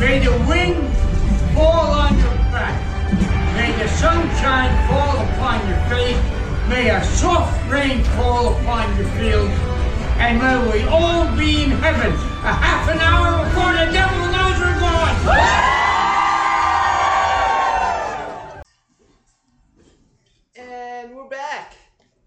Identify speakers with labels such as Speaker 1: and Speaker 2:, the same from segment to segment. Speaker 1: May the wind fall on your back. May the sunshine fall upon your face. May a soft rain fall upon your fields. And may we all be in heaven a half an hour before the devil knows we're gone.
Speaker 2: And we're back.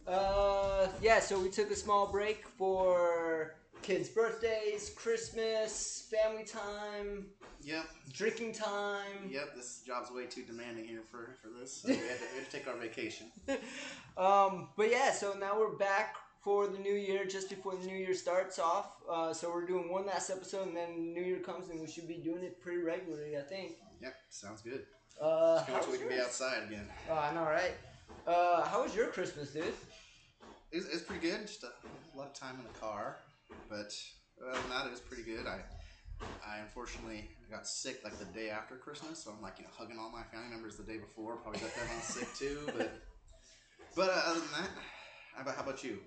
Speaker 2: Uh, yeah, so we took a small break for kids' birthdays, Christmas, family time,
Speaker 3: Yep,
Speaker 2: drinking time.
Speaker 3: yep. This job's way too demanding here for, for this. So we, had to, we had to take our vacation.
Speaker 2: Um, but yeah, so now we're back for the new year, just before the new year starts off. Uh, so we're doing one last episode, and then new year comes, and we should be doing it pretty regularly, I think.
Speaker 3: Yep, sounds good.
Speaker 2: Uh,
Speaker 3: Can't wait till we can be
Speaker 2: yours?
Speaker 3: outside again.
Speaker 2: Oh, I know, right? Uh, how was your Christmas, dude?
Speaker 3: It's, it's pretty good. Just a lot of time in the car, but other than that, it was pretty good. I I unfortunately got sick like the day after Christmas, so I'm like you know hugging all my family members the day before. Probably got them all sick too, but but uh, other than that, how about how about you?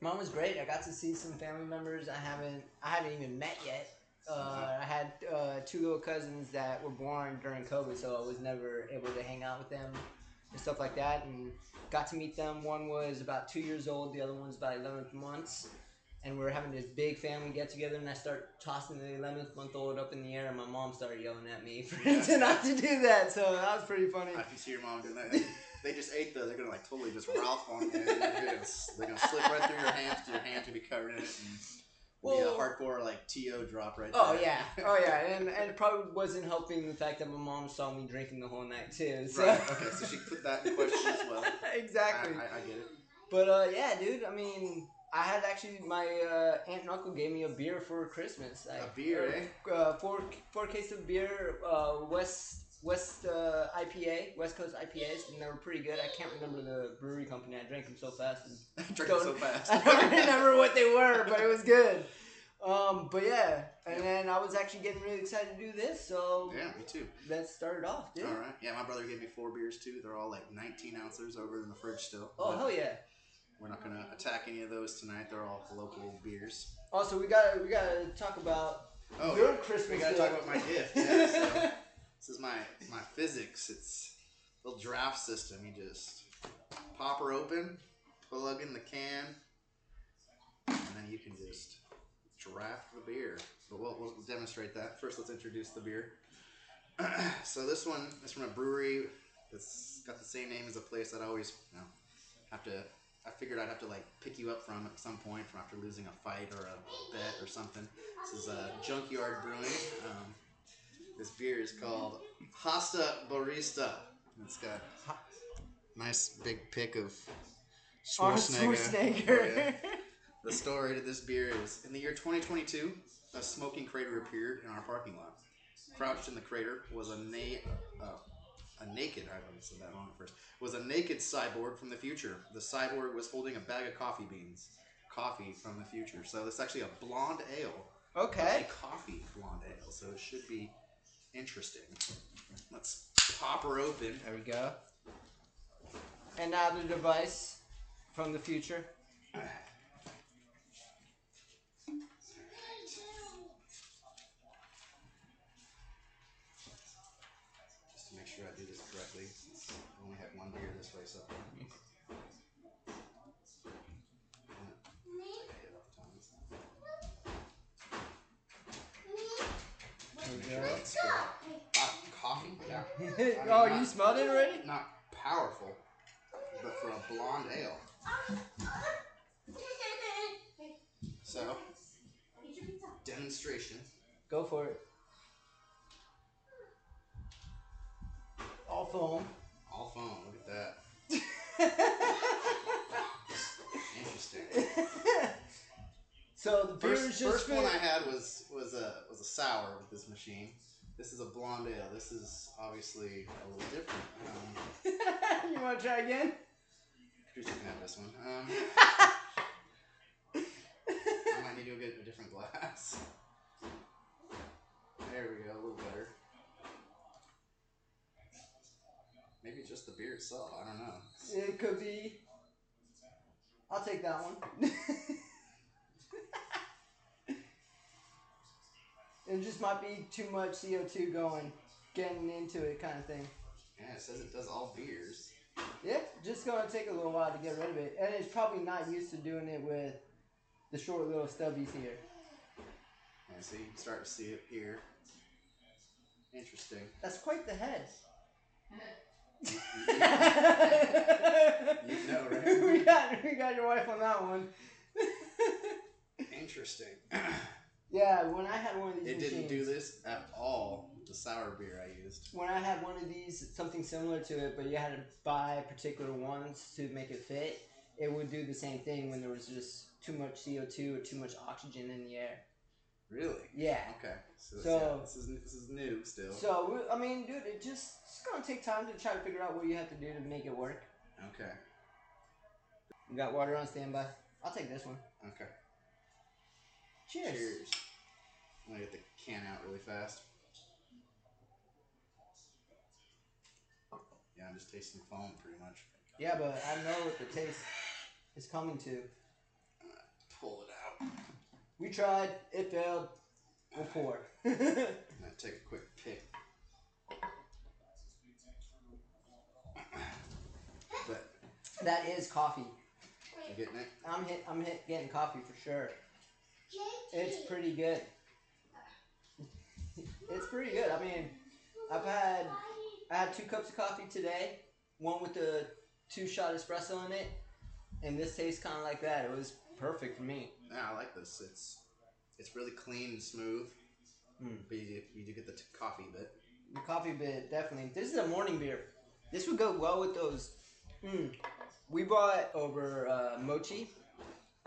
Speaker 2: Mine was great. I got to see some family members I haven't I haven't even met yet. Uh, I had uh, two little cousins that were born during COVID, so I was never able to hang out with them and stuff like that. And got to meet them. One was about two years old. The other one was about eleven months. And we were having this big family get together, and I start tossing the eleventh month old up in the air, and my mom started yelling at me for not to do that. So that was pretty funny.
Speaker 3: I can see your mom doing that. They just ate though. They're gonna like totally just Ralph on you. They're gonna, they're gonna slip right through your hands. Your hands will be covered in it. And well,
Speaker 2: Well-
Speaker 3: a hardcore like to drop right
Speaker 2: Oh
Speaker 3: there.
Speaker 2: yeah, oh yeah, and and it probably wasn't helping the fact that my mom saw me drinking the whole night too. So.
Speaker 3: Right. Okay. So she put that in question as well. I,
Speaker 2: exactly.
Speaker 3: I, I get it.
Speaker 2: But uh, yeah, dude. I mean, I had actually my uh, aunt and uncle gave me a beer for Christmas. Like,
Speaker 3: A beer, eh?
Speaker 2: Uh, four four case of beer, uh, West West uh, IPA, West Coast IPAs, and they were pretty good. I can't remember the brewery company. I drank them so fast. And
Speaker 3: Drink it so
Speaker 2: Don't-
Speaker 3: fast.
Speaker 2: I don't remember what they were, but it was good. Um, but yeah, and then I was actually getting really excited to do this, so
Speaker 3: Yeah, me too.
Speaker 2: let's start it off, dude.
Speaker 3: All right. Yeah, my brother gave me four beers too. They're all like 19 ounces over in the fridge still.
Speaker 2: Oh hell yeah!
Speaker 3: We're not gonna attack any of those tonight. They're all local beers.
Speaker 2: Also, we gotta we gotta talk about
Speaker 3: Oh,
Speaker 2: Your
Speaker 3: yeah.
Speaker 2: Christmas
Speaker 3: We gotta
Speaker 2: gift.
Speaker 3: talk about my gift. Yeah, so. This is my my physics. It's a little draft system. You just pop her open, plug in the can, and then you can just draft the beer. But we'll, we'll demonstrate that. First, let's introduce the beer. so this one is from a brewery that's got the same name as a place that I always you know, have to. I figured I'd have to like pick you up from at some point from after losing a fight or a bet or something. This is uh, Junkyard Brewing. Um, this beer is called Hasta Barista. It's got nice big pick of
Speaker 2: Arnold
Speaker 3: Schwarzenegger.
Speaker 2: Schwarzenegger.
Speaker 3: Oh, yeah. The story to this beer is in the year 2022, a smoking crater appeared in our parking lot. Crouched in the crater was a na- uh, a naked I haven't said that wrong at first was a naked cyborg from the future. The cyborg was holding a bag of coffee beans, coffee from the future. So it's actually a blonde ale, a
Speaker 2: Okay.
Speaker 3: coffee blonde ale. So it should be interesting. Let's pop her open.
Speaker 2: There we go. And now the device from the future.
Speaker 3: Just to make sure I do this correctly. I only had one beer this way so far.
Speaker 2: There we
Speaker 3: Sure,
Speaker 2: go.
Speaker 3: that's good. Ah, Coffee? Yeah.
Speaker 2: oh, you smelled it already?
Speaker 3: Not powerful, but for a blonde ale. So, demonstration.
Speaker 2: Go for it. All foam.
Speaker 3: All foam. Look at that. Interesting.
Speaker 2: so the beer is
Speaker 3: First,
Speaker 2: just
Speaker 3: first one
Speaker 2: for-
Speaker 3: I had was was a was a sour with this machine. This is a blonde ale. This is obviously a little different. Um,
Speaker 2: you want to try again?
Speaker 3: producer can have this one. Um, I might need to go get a different glass. There we go, a little better. Maybe it's just the beer itself. I don't know.
Speaker 2: It could be. I'll take that one. It just might be too much CO2 going, getting into it kind of thing.
Speaker 3: Yeah, it says it does all beers.
Speaker 2: Yeah, just gonna take a little while to get rid of it, and it's probably not used to doing it with the short little stubbies here.
Speaker 3: Yeah, so you can start to see it here. Interesting.
Speaker 2: That's quite the head.
Speaker 3: You
Speaker 2: we
Speaker 3: know, right?
Speaker 2: got we got your wife on that one.
Speaker 3: Interesting.
Speaker 2: yeah, when I had one of these
Speaker 3: It didn't do
Speaker 2: machines-
Speaker 3: this at all. with The sour beer I used.
Speaker 2: when I had one of these, something similar to it, but you had to buy particular ones to make it fit. It would do the same thing when there was just too much CO two or too much oxygen in the air.
Speaker 3: Really?
Speaker 2: Yeah.
Speaker 3: Okay. So,
Speaker 2: So-
Speaker 3: yeah, this is this is new still.
Speaker 2: So we- I mean, dude, it just it's gonna take time to try to figure out what you have to do to make it work.
Speaker 3: okay.
Speaker 2: We got water on standby. I'll take this one.
Speaker 3: Okay.
Speaker 2: Cheers.
Speaker 3: Cheers. I'm gonna get the can out really fast. Yeah, I'm just tasting foam pretty much.
Speaker 2: Yeah, but I know what the taste is coming to.
Speaker 3: Pull it out.
Speaker 2: We tried, it failed. We'll pour. yeah,
Speaker 3: I'm gonna take a quick pick. But
Speaker 2: that is coffee.
Speaker 3: you getting it?
Speaker 2: I'm hit. I'm hit getting coffee for sure. It's
Speaker 4: It's pretty.
Speaker 2: pretty good. it's pretty good. I mean, I've had I had two cups of coffee today, one with the two shot espresso in it, and this tastes kind of like that. It was perfect for me.
Speaker 3: Yeah, I like this. It's it's really clean and smooth.
Speaker 2: Mm.
Speaker 3: But you, you do get the t- coffee bit.
Speaker 2: The coffee bit definitely. This is a morning beer. This would go well with those. Mm, we bought over uh, mochi,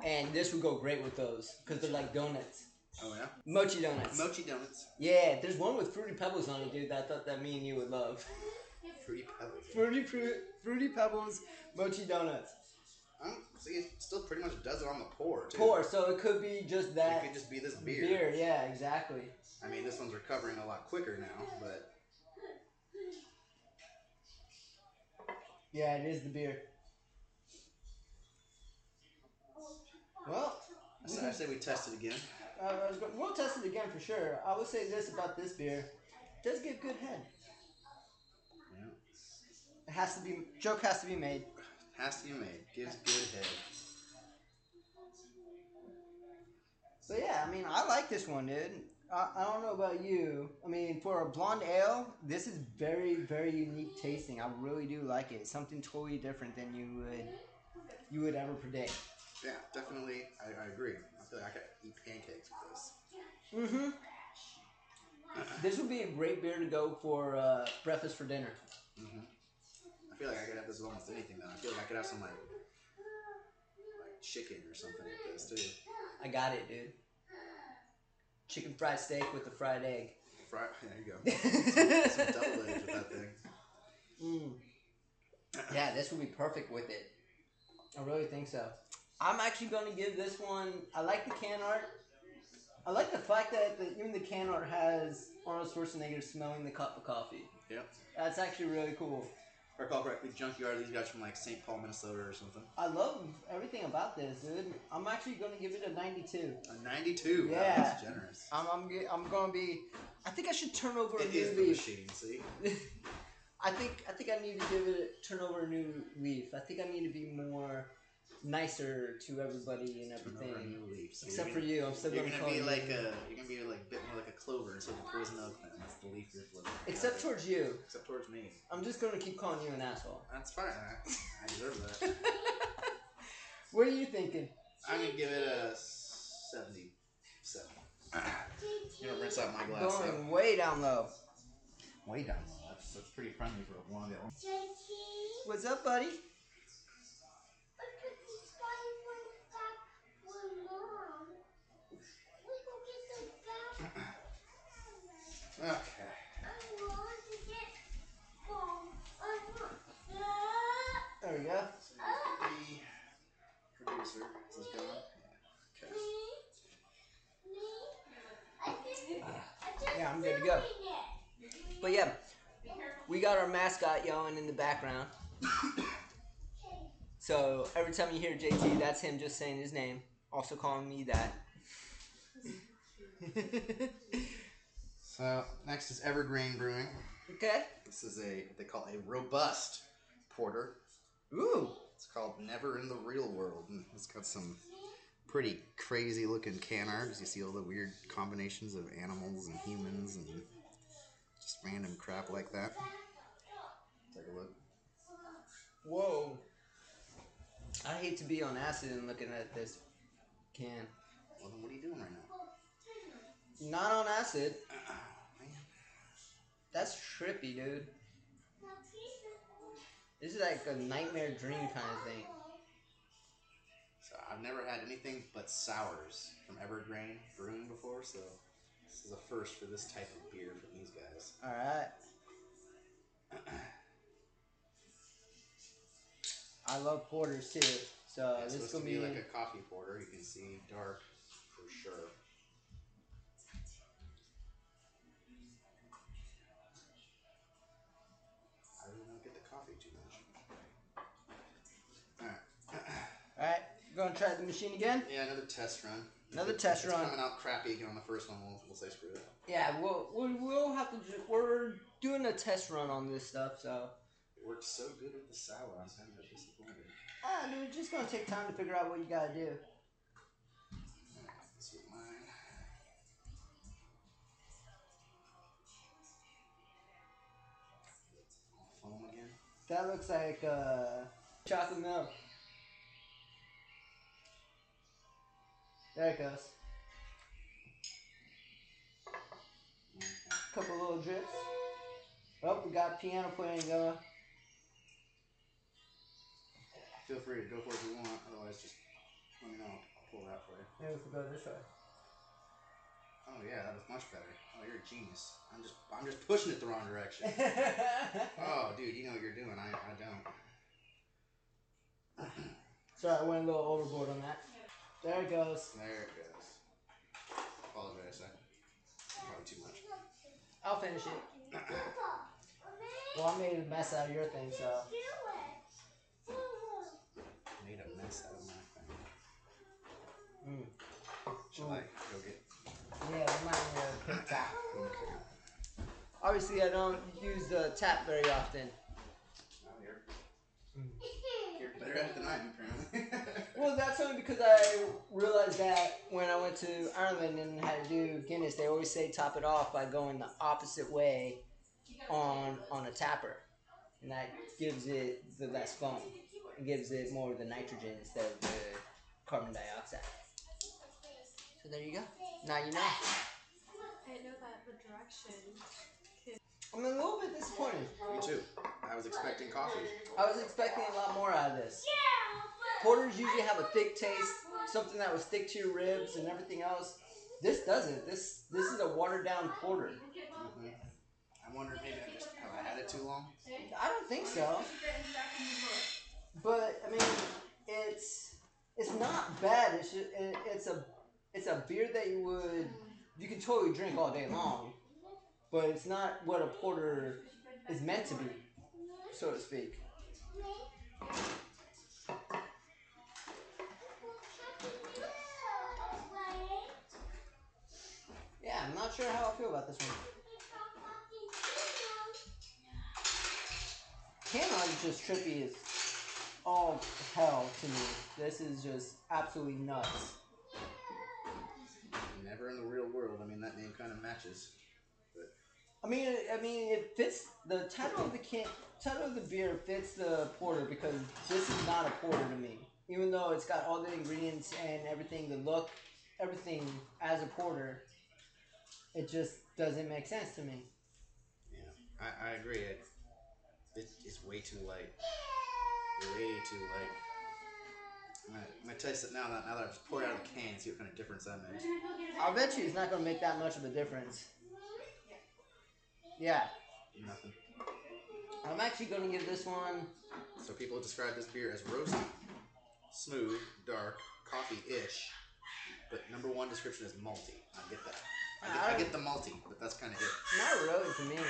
Speaker 2: and this would go great with those because they're like donuts,
Speaker 3: Oh yeah.
Speaker 2: mochi donuts.
Speaker 3: Mochi donuts.
Speaker 2: Yeah, there's one with fruity pebbles on it, dude. That I thought that me and you would love.
Speaker 3: Fruity pebbles.
Speaker 2: Fruity fruit, fruity pebbles, mochi donuts.
Speaker 3: I don't see it still pretty much does it on the pour too.
Speaker 2: Pour, so it could be just
Speaker 3: It
Speaker 2: that
Speaker 3: could just be this
Speaker 2: beer.
Speaker 3: beer.
Speaker 2: Yeah, exactly.
Speaker 3: I mean, this one's recovering a lot quicker now, but
Speaker 2: Yeah, it is the beer. Well,
Speaker 3: I say, I say we test it again.
Speaker 2: uh, I was go- we'll test it again for sure. I would say this about this beer: it does get good head.
Speaker 3: Yeah.
Speaker 2: It has to be joke has to be made.
Speaker 3: Has to be made. Gives good head.
Speaker 2: So yeah, I mean, I like this one, dude. I, I don't know about you. I mean, for a blonde ale, this is very, very unique tasting. I really do like it. Something totally different than you would you would ever predict.
Speaker 3: Yeah, definitely. I, I agree. I feel like I could eat pancakes with this.
Speaker 2: Mm-hmm. This would be a great beer to go for uh, breakfast for dinner.
Speaker 3: hmm I feel like I could have this with almost anything though. I feel like I could have some like like chicken or something with this too.
Speaker 2: I got it, dude. Chicken fried steak with a fried egg.
Speaker 3: Fry. There you go. some double
Speaker 2: mm.
Speaker 3: eggs with that thing.
Speaker 2: Yeah, this would be perfect with it. I really think so. I'm actually going to give this one. I like the can art. I like the fact that the, even the can art has Arnold Schwarzenegger smelling the cup of coffee.
Speaker 3: Yep.
Speaker 2: That's actually really cool.
Speaker 3: If I recall correctly, Junkyard. These guys from like St. Paul, Minnesota, or something.
Speaker 2: I love everything about this, dude. I'm actually going to give it a 92.
Speaker 3: A 92. Wow,
Speaker 2: Yeah.
Speaker 3: that's generous.
Speaker 2: I'm, I'm, ge- I'm going to be. I think I should turn over a
Speaker 3: It
Speaker 2: new
Speaker 3: is the
Speaker 2: leaf.
Speaker 3: machine. See.
Speaker 2: I think I think I need to give it turn over a new leaf. I think I need to be more nicer to everybody and
Speaker 3: Turn over a
Speaker 2: everything.
Speaker 3: new leaf. So
Speaker 2: Except
Speaker 3: you're
Speaker 2: for
Speaker 3: gonna-
Speaker 2: you, I'm still
Speaker 3: You're
Speaker 2: gonna,
Speaker 3: gonna
Speaker 2: call
Speaker 3: be
Speaker 2: you.
Speaker 3: like a you're gonna be like a bit more like a clover instead of a poison oak. Then that's the leaf you're flipping.
Speaker 2: Except towards you,
Speaker 3: except towards me.
Speaker 2: I'm just gonna keep calling you an asshole.
Speaker 3: That's fine. I, I deserve that.
Speaker 2: What are you thinking?
Speaker 3: I'm gonna give it a seventy-seven. You gonna rinse out my glass.
Speaker 2: Going
Speaker 3: yep.
Speaker 2: way down low.
Speaker 3: Way down. low. That's, that's pretty friendly for a blonde ale.
Speaker 2: What's up, buddy?
Speaker 3: Okay.
Speaker 2: There we go.
Speaker 3: So here's the producer. Is this going? Okay.
Speaker 4: Yeah, I'm good to go.
Speaker 2: But yeah, we got our mascot yelling in the background. So every time you hear JT, that's him just saying his name, also calling me that.
Speaker 3: So next is Evergreen Brewing.
Speaker 2: Okay.
Speaker 3: This is a they call a robust porter.
Speaker 2: Ooh.
Speaker 3: It's called Never in the Real World, and it's got some pretty crazy looking can art. 'cause You see all the weird combinations of animals and humans and just random crap like that. Take a look.
Speaker 2: Whoa. I hate to be on acid and looking at this can.
Speaker 3: Well, then what are you doing right now? Uh,
Speaker 2: Not on acid.
Speaker 3: Man,
Speaker 2: That's trippy, dude. This is like a nightmare dream kind of thing.
Speaker 3: So I've never had anything but sours from Evergreen Brewing before, so this is a first for this type of beer from these guys.
Speaker 2: Alright. I love porters too. So
Speaker 3: Yeah, it's
Speaker 2: Uh, this is
Speaker 3: supposed
Speaker 2: gonna
Speaker 3: to
Speaker 2: be,
Speaker 3: be like a coffee porter. You can see dark for sure. I really don't get the coffee too much.
Speaker 2: alright. Gonna try the machine again?
Speaker 3: Yeah, another test run.
Speaker 2: Another
Speaker 3: If it-
Speaker 2: test
Speaker 3: if
Speaker 2: run.
Speaker 3: It's coming out crappy again on the first one. We'll, we'll say screw it.
Speaker 2: Yeah, we'll, we'll, we'll have to. Ju- we're doing a test run on this stuff, so.
Speaker 3: It worked so good with the sour. I was kind of disappointed.
Speaker 2: Ah, dude, it's just gonna take time to figure out what you gotta do.
Speaker 3: This was mine. All foam again.
Speaker 2: That looks like uh, chocolate milk. There it goes. Couple little drips. Oh, we got piano playing going.
Speaker 3: Feel free to go for it if you want. Otherwise, just let me know. I'll pull that for you.
Speaker 2: Maybe if we go this way.
Speaker 3: Oh yeah, that was much better. Oh, you're a genius. I'm just, I'm just pushing it the wrong direction. oh, dude, you know what you're doing. I, I don't.
Speaker 2: Sorry, I went a little overboard on that. There it goes.
Speaker 3: There it goes. Apologize. I probably too much.
Speaker 2: I'll finish it. Well, I made a mess out of your thing, so.
Speaker 3: Made a mess out of my
Speaker 2: Mm.
Speaker 3: thing. Shall I go get?
Speaker 2: Yeah, it might be a pig tap.
Speaker 3: Okay.
Speaker 2: Obviously, I don't use the tap very often.
Speaker 3: Oh, you're, you're better at it than I am, apparently.
Speaker 2: Well, that's only because I realized that when I went to Ireland and had to do Guinness, they always say top it off by going the opposite way on on a tapper, and that gives it the less foam. It gives it more of the nitrogen instead of the carbon dioxide. So there you go. Now you know.
Speaker 4: I didn't know that the direction.
Speaker 2: I'm a little bit disappointed.
Speaker 3: Me too. I was expecting coffee.
Speaker 2: I was expecting a lot more out of this. Porters usually have a thick taste, something that would stick to your ribs and everything else. This doesn't. This this is a watered down porter.
Speaker 3: I wonder if maybe I just have I had it too long.
Speaker 2: I don't think so. But I mean, it's it's not bad. It's just, it, it's a it's a beer that you would you can totally drink all day long, but it's not what a porter is meant to be, so to speak. Yeah, I'm not sure how I feel about this one. Can art is just trippy as all hell to me. This is just absolutely nuts.
Speaker 3: Never in the real world. I mean, that name kind of matches.
Speaker 2: I mean, I mean, it fits the title of the can, title of the beer fits the porter because this is not a porter to me. Even though it's got all the ingredients and everything, the look, everything as a porter, it just doesn't make sense to me.
Speaker 3: Yeah, I, I agree. It, it it's way too light. Way too light. I'm gonna, I'm gonna taste it now that now that I was poured out of the can. See what kind of difference that makes.
Speaker 2: I'll bet you it's not gonna make that much of a difference. Yeah,
Speaker 3: Nothing.
Speaker 2: I'm actually gonna give this one.
Speaker 3: So people describe this beer as roasty, smooth, dark, coffee-ish. But number one description is malty. I get that. I get, I get the malty, but that's kind of it.
Speaker 2: Not really to me.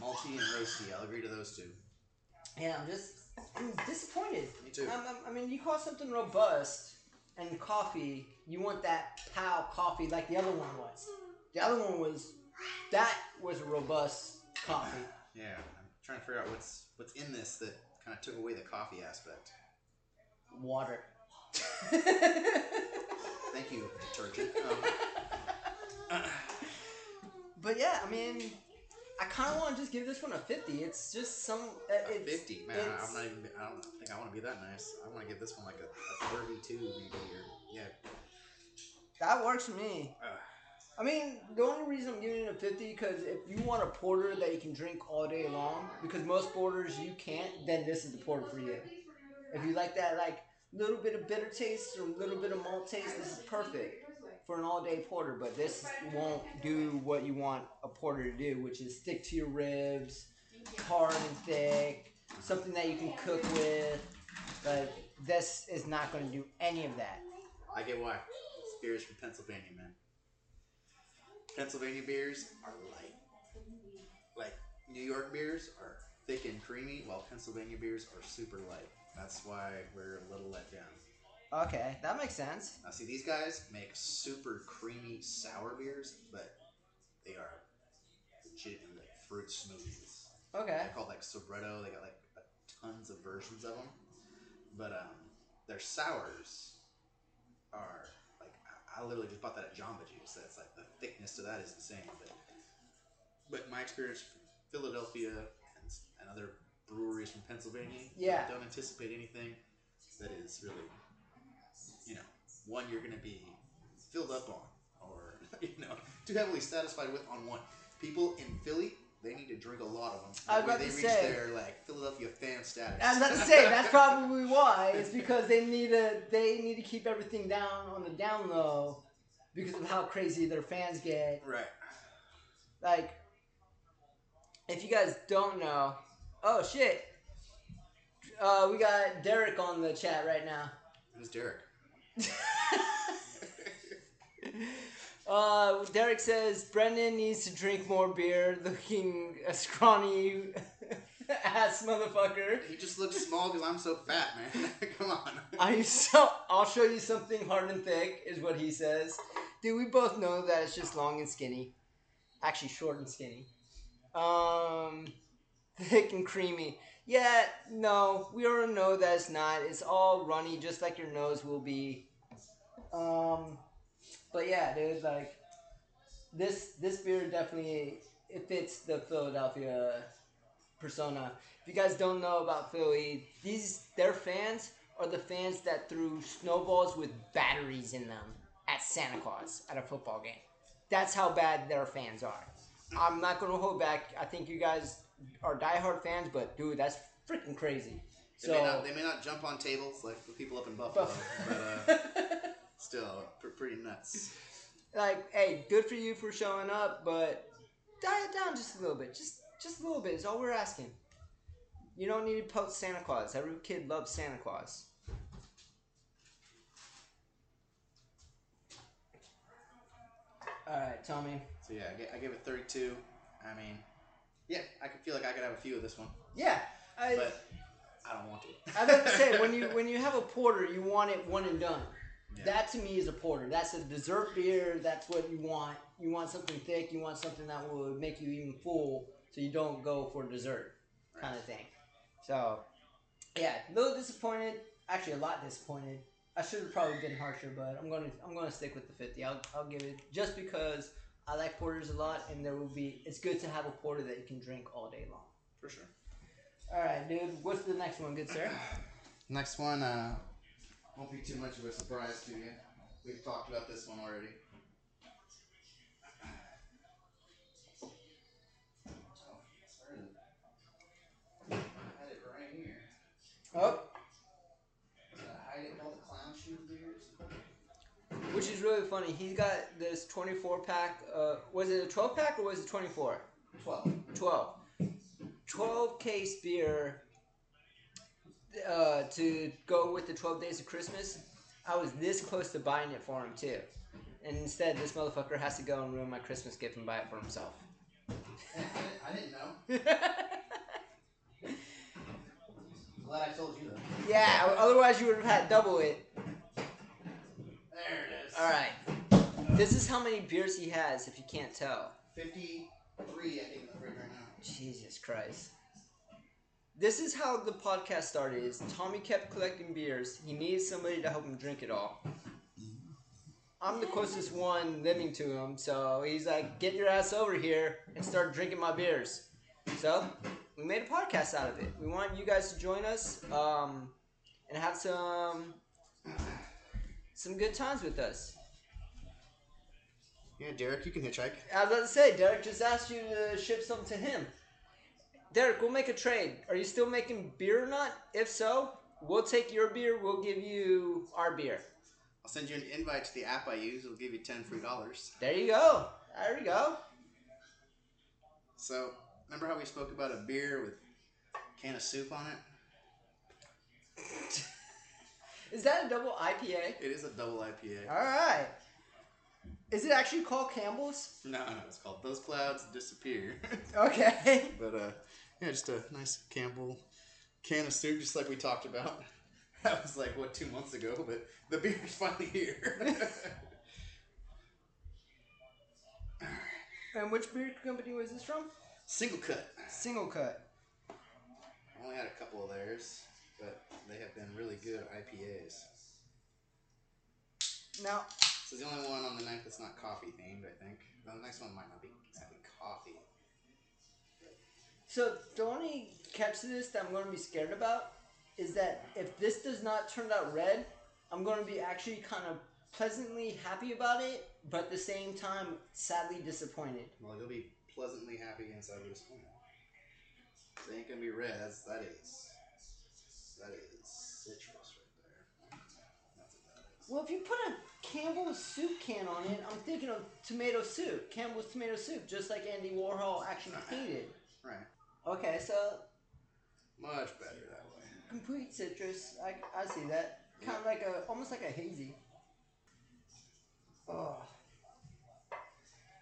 Speaker 3: Malty and roasty. I'll agree to those two.
Speaker 2: Yeah, I'm just I'm disappointed.
Speaker 3: Me too.
Speaker 2: I'm, I'm- i mean, you call something robust and coffee, you want that pow coffee like the other one was. The other one was That was a robust coffee.
Speaker 3: Yeah, I'm trying to figure out what's what's in this that kind of took away the coffee aspect.
Speaker 2: Water.
Speaker 3: Thank you, detergent. Um,
Speaker 2: but yeah, I mean, I kind of want to just give this one a 50. It's just some. uh,
Speaker 3: a
Speaker 2: It's,
Speaker 3: fifty, man. I-
Speaker 2: it's-
Speaker 3: I'm not even. I don't think I want to be that nice. I want to give this one like a, a thirty-two, maybe. Or yeah.
Speaker 2: That works for me.
Speaker 3: Uh,
Speaker 2: I mean, the only reason I'm giving it a 50 because if you want a porter that you can drink all day long, because most porters you can't, then this is the porter for you. If you like that, like little bit of bitter taste or a little bit of malt taste, this is perfect for an all-day porter. But this won't do what you want a porter to do, which is stick to your ribs, hard and thick, something that you can cook with. But this is not going to do any of that.
Speaker 3: I get why. Beers from Pennsylvania, man. Pennsylvania beers are light. Like New York beers are thick and creamy, while Pennsylvania beers are super light. That's why we're a little let down.
Speaker 2: Okay, that makes sense.
Speaker 3: Now, see, these guys make super creamy sour beers, but they are legit in like fruit smoothies.
Speaker 2: Okay.
Speaker 3: They're called like Sobretto. They got like a- tons of versions of them, but um, their sours are like I, I literally just bought that at Jamba Juice. That's like the thickness to that is insane. But but my experience from Philadelphia and, s- and other breweries from Pennsylvania,
Speaker 2: Yeah.
Speaker 3: don't anticipate anything that is really, you know, one you're gonna be filled up on or you know too heavily satisfied with on one. People in Philly, they need to drink a lot of them.
Speaker 2: I was
Speaker 3: That way
Speaker 2: about
Speaker 3: they
Speaker 2: to
Speaker 3: reach
Speaker 2: say.
Speaker 3: their like Philadelphia fan status.
Speaker 2: I was about to say that's probably why. It's because they need to they need to keep everything down on the down low because of how crazy their fans get.
Speaker 3: right.
Speaker 2: Like, if you guys don't know, oh shit, uh, we got Derek on the chat right now.
Speaker 3: Who's Derek?
Speaker 2: Uh, Derek says Brendan needs to drink more beer, looking a scrawny ass motherfucker.
Speaker 3: He just looks small because I'm so fat, man. Come on.
Speaker 2: I so I'll show you something hard and thick is what he says. Dude, we both know that it's just long and skinny. Actually, short and skinny. Um, thick and creamy. Yeah, no, we already know that it's not. It's all runny, just like your nose will be. Um, but yeah, dude, like this this beer definitely it fits the Philadelphia persona. If you guys don't know about Philly, these their fans are the fans that threw snowballs with batteries in them at Santa Claus at a football game. That's how bad their fans are. I'm not gonna hold back. I think you guys are diehard fans, but dude, that's freaking crazy.
Speaker 3: They,
Speaker 2: So
Speaker 3: may not, they may not jump on tables like the people up in Buffalo, but uh, still, pr- pretty nuts.
Speaker 2: like, hey, good for you for showing up, but dial it down just a little bit. Just just a little bit is all we're asking. You don't need to post Santa Claus. Every kid loves Santa Claus. All right, Tommy.
Speaker 3: So yeah, I ga- I gave it 32. I mean, yeah, I could feel like I could have a few of this one,
Speaker 2: Yeah, I,
Speaker 3: but I don't want to.
Speaker 2: I was about to say when you when you have a porter, you want it one and done.
Speaker 3: Yeah.
Speaker 2: That to me is a porter. That's a dessert beer. That's what you want. You want something thick. You want something that will make you even full, so you don't go for dessert kind of thing. So, yeah, a little disappointed. Actually, a lot disappointed. I should have probably been harsher, but I'm gonna I'm gonna stick with the 50. I'll, I'll give it just because I like porters a lot, and there will be. It's good to have a porter that you can drink all day long.
Speaker 3: for sure.
Speaker 2: All right, dude. What's the next one, good sir?
Speaker 3: Next one uh, won't be too much of a surprise to you. We've talked about this one already. Oh, where is it? I had it right here.
Speaker 2: Oh,
Speaker 3: Did I hide it in all the clown shoe beers?
Speaker 2: Which is really funny. He got this 24 pack. Uh, was it a 12 pack or was it 24?
Speaker 3: 12.
Speaker 2: 12. 12 case beer uh, to go with the 12 days of Christmas. I was this close to buying it for him, too. And instead, this motherfucker has to go and ruin my Christmas gift and buy it for himself.
Speaker 3: I didn't know.
Speaker 2: yeah,
Speaker 3: Glad I told you though.
Speaker 2: otherwise, you would have had double it.
Speaker 3: There it is.
Speaker 2: All right. This is how many beers he has, if you can't tell.
Speaker 3: 53, I think, in the fridge right now.
Speaker 2: Jesus Christ. This is how the podcast started. Is Tommy kept collecting beers. He needed somebody to help him drink it all. I'm the closest one living to him, so he's like, "Get your ass over here and start drinking my beers." So we made a podcast out of it. We want you guys to join us um, and have some some good times with us.
Speaker 3: Yeah, Derek, you can hitchhike.
Speaker 2: I was about to say, Derek just asked you to ship some to him. Derek, we'll make a trade. Are you still making beer or not? If so, we'll take your beer. We'll give you our beer.
Speaker 3: I'll send you an invite to the app I use. It'll give you 10 free dollars.
Speaker 2: There you go. There you go.
Speaker 3: So, remember how we spoke about a beer with a can of soup on it?
Speaker 2: Is that a double IPA?
Speaker 3: It is a double IPA.
Speaker 2: All right. Is it actually called Campbell's?
Speaker 3: No, no, it's called Those Clouds Disappear.
Speaker 2: Okay.
Speaker 3: but, uh, yeah, just a nice Campbell can of soup, just like we talked about. That was like, what, two months ago? But the beer's finally here.
Speaker 2: And which beer company was this from?
Speaker 3: Single cut.
Speaker 2: Single Cut.
Speaker 3: I only had a couple of theirs, but they have been really good IPAs.
Speaker 2: Now,
Speaker 3: This is the only one on the night that's not coffee themed, I think. The next one might not be exactly coffee.
Speaker 2: So the only catch to this that I'm going to be scared about is that if this does not turn out red, I'm going to be actually kind of pleasantly happy about it, but at the same time sadly disappointed.
Speaker 3: Well, you'll be pleasantly happy and sadly disappointed. This ain't gonna be red. That's, that is. That is citrus right there. That's what that is.
Speaker 2: Well, if you put a Campbell's soup can on it, I'm thinking of tomato soup, Campbell's tomato soup, just like Andy Warhol actually painted.
Speaker 3: Right.
Speaker 2: Okay, so
Speaker 3: Much better that way.
Speaker 2: complete citrus. I, I see that. Kind of like a, almost like a hazy. Oh.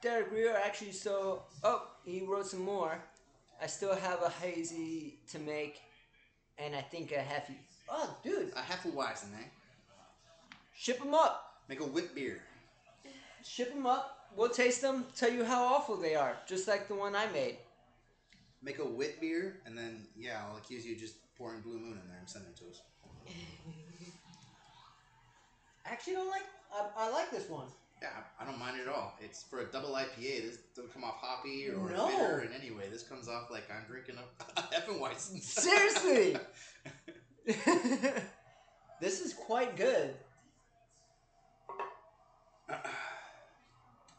Speaker 2: Derek, we are actually so. Oh, he wrote some more. I still have a hazy to make, and I think a hefty. Oh, dude,
Speaker 3: A Hefeweizen, eh?
Speaker 2: ship them up.
Speaker 3: Make a whip beer.
Speaker 2: Ship them up. We'll taste them. Tell you how awful they are, just like the one I made.
Speaker 3: Make a whip beer, and then, yeah, I'll accuse you of just pouring Blue Moon in there and sending it to us.
Speaker 2: I actually don't like. I, I like this one.
Speaker 3: Yeah, I I don't mind it at all. It's for a double IPA. This doesn't come off hoppy or
Speaker 2: No.
Speaker 3: bitter in any way. This comes off like I'm drinking a Effenweizen.
Speaker 2: Seriously. this is quite good.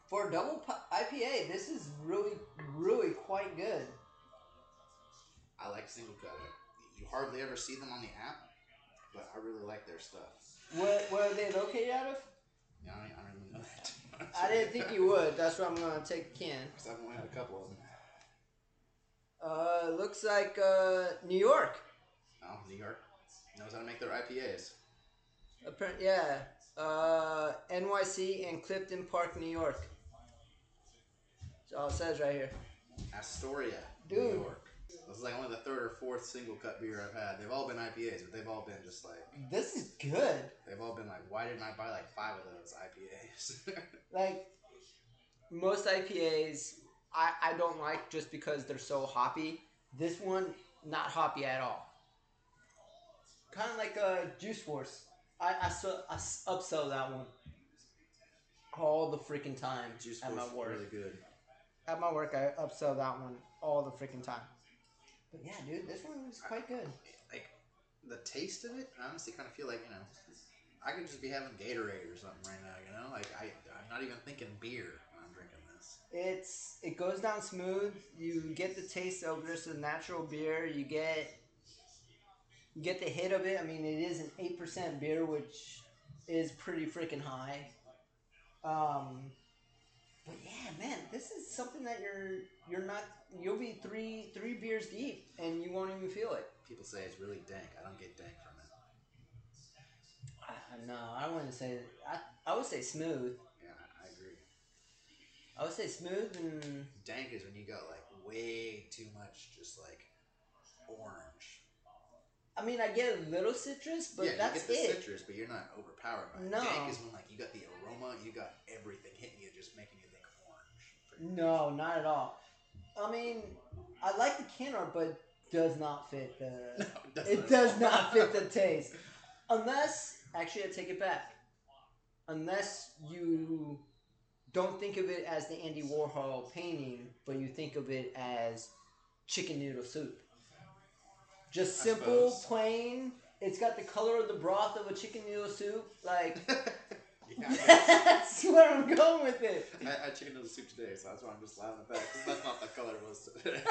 Speaker 2: For a double pi- IPA, this is really, really quite good.
Speaker 3: I like single cut. You hardly ever see them on the app, but I really like their stuff.
Speaker 2: Where, where are they located out of?
Speaker 3: Yeah, I, don't- I don't even know that. too much.
Speaker 2: I didn't think you would. That's why I'm gonna take a can.
Speaker 3: 'Cause I've only had a couple of them.
Speaker 2: Uh, looks like uh, New York.
Speaker 3: Oh, New York knows how to make their IPAs.
Speaker 2: Appar- yeah. Uh, NYC and Clifton Park, New York. That's all it says right here.
Speaker 3: Astoria,
Speaker 2: Dude.
Speaker 3: New York. This is like only the third or fourth single cut beer I've had. They've all been IPAs, but they've all been just like
Speaker 2: This is good.
Speaker 3: they've all been like, why didn't I buy like five of those IPAs?
Speaker 2: like most IPAs, I, I don't like just because they're so hoppy. This one, not hoppy at all. Kind of like a Juice Force. I, I, so, I s- upsell that one all the freaking time
Speaker 3: Juice
Speaker 2: at my
Speaker 3: WRLD's
Speaker 2: work.
Speaker 3: really good.
Speaker 2: At my work, I upsell that one all the freaking time. But yeah, dude, this one was quite good.
Speaker 3: like the taste of it, I honestly kind of feel like you know, I could just be having Gatorade or something right now. You know, like I, I'm not even thinking beer when I'm drinking this.
Speaker 2: It's it goes down smooth. You get the taste of just a natural beer. You get you get the hit of it. I mean, it is an eight percent beer, which is pretty freaking high. Um, but yeah, man, this is something that you're you're not you'll be three three beers deep and you won't even feel it.
Speaker 3: People say it's really dank. I don't get dank from it.
Speaker 2: Uh, no, I wouldn't say. I I would say smooth.
Speaker 3: Yeah, I agree.
Speaker 2: I would say smooth and
Speaker 3: Dank is when you got like way too much, just like orange.
Speaker 2: I mean I get a little citrus, but
Speaker 3: yeah,
Speaker 2: that's
Speaker 3: you get the
Speaker 2: it.
Speaker 3: citrus, but you're not overpowered by it.
Speaker 2: No.
Speaker 3: Dank is when like you got the aroma, you got everything hitting you, just making you think orange.
Speaker 2: No, not at all. I mean, I like the can art, but does not fit the. It does not fit the taste, unless actually I take it back. Unless you don't think of it as the Andy Warhol painting, but you think of it as chicken noodle soup. Just
Speaker 3: I
Speaker 2: simple,
Speaker 3: suppose.
Speaker 2: plain. It's got the color of the broth of a chicken noodle soup. Like
Speaker 3: yeah, I guess.
Speaker 2: that's where I'm going with it.
Speaker 3: I, I chicken noodle soup today, so that's why I'm just laughing at that. 'cause that's not the color it was today.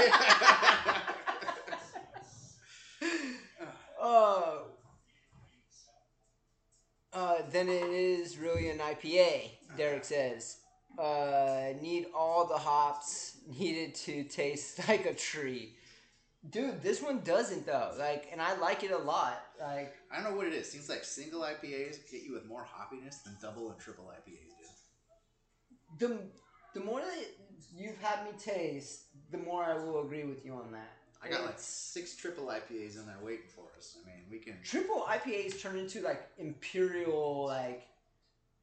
Speaker 2: Uh, uh, then it is really an IPA, Derek says. Uh, need all the hops needed to taste like a tree. Dude, this one doesn't though. Like, and I like it a lot. Like,
Speaker 3: I don't know what it is. Seems like single IPAs get you with more hoppiness than double and triple IPAs do.
Speaker 2: the the more that you've had me taste, the more I will agree with you on that.
Speaker 3: I got like
Speaker 2: It's-
Speaker 3: six triple IPAs in there waiting for us. I mean, we can.
Speaker 2: triple IPAs turn into like imperial like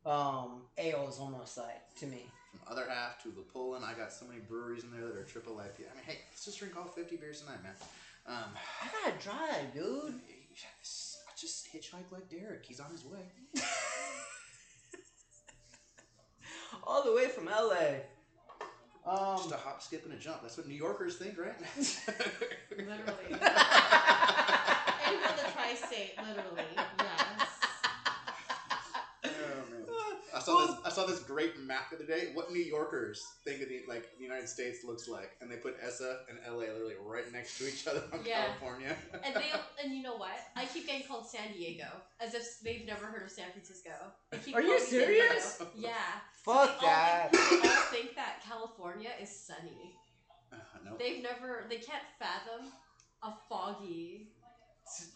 Speaker 2: um ales almost like to me.
Speaker 3: From other half to the Poland, I got so many breweries in there that are triple IPA. I mean, hey, let's just drink all 50 beers tonight, man. Um,
Speaker 2: I gotta drive, dude.
Speaker 3: I just hitchhike like Derek. He's on his way.
Speaker 2: All the way from LA.
Speaker 3: Just
Speaker 2: Um,
Speaker 3: a hop, skip, and a jump. That's what New Yorkers think, right?
Speaker 5: Literally.
Speaker 2: oh
Speaker 5: And for the tri-state, literally. Yes.
Speaker 3: Oh, man. I saw this. I saw this great map the other day. What New Yorkers think of the like the United States looks like, and they put Essa and LA literally right next to each other on
Speaker 5: Yeah.
Speaker 3: California.
Speaker 5: And they and you know what? I keep getting called San Diego as if they've never heard of San Francisco. They keep
Speaker 2: Are you
Speaker 5: calling me San Diego.
Speaker 2: serious?
Speaker 5: Yeah.
Speaker 2: Fuck
Speaker 5: They all
Speaker 2: that.
Speaker 5: think- they all think that California is sunny.
Speaker 3: Uh, no.
Speaker 5: They've never they can't fathom a foggy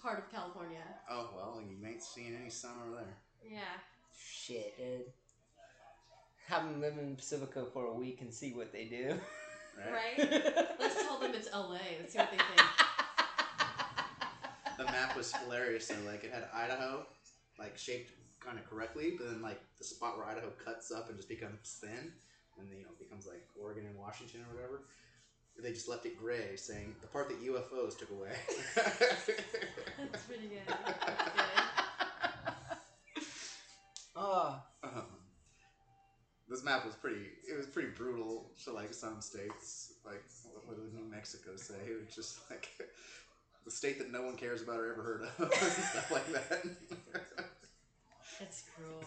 Speaker 5: part of California.
Speaker 3: Oh well, you ain't seeing any sun over there.
Speaker 5: Yeah.
Speaker 2: Shit, dude. Have them live in Pacifica for a week and see what they do.
Speaker 3: Right?
Speaker 5: Right? Let's tell them it's LA. Let's see what they think.
Speaker 3: The map was hilarious. So like, it had Idaho, like shaped kind of correctly, but then like the spot where Idaho cuts up and just becomes thin, and then, you know becomes like Oregon and Washington or whatever. They just left it gray, saying the part that UFOs took away.
Speaker 5: That's pretty good. That's good.
Speaker 2: Oh,
Speaker 3: Um, this map was pretty. It was pretty brutal for like some states. Like what, what did New Mexico say? It was just like the state that no one cares about or ever heard of, and stuff like that.
Speaker 5: That's cruel.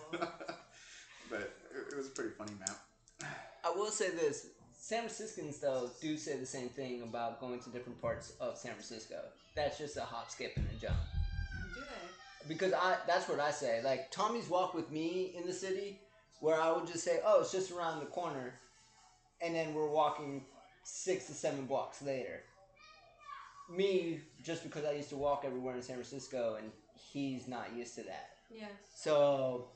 Speaker 3: but it, it was a pretty funny map.
Speaker 2: I will say this. San Franciscans though do say the same thing about going to different parts of San Francisco. That's just a hop, skip, and a jump.
Speaker 5: Do it.
Speaker 2: because I that's what I say. Like Tommy's walk with me in the city, where I would just say, "Oh, it's just around the corner," and then we're walking six to seven blocks later. Me, just because I used to walk everywhere in San Francisco, and he's not used to that.
Speaker 5: Yeah.
Speaker 2: So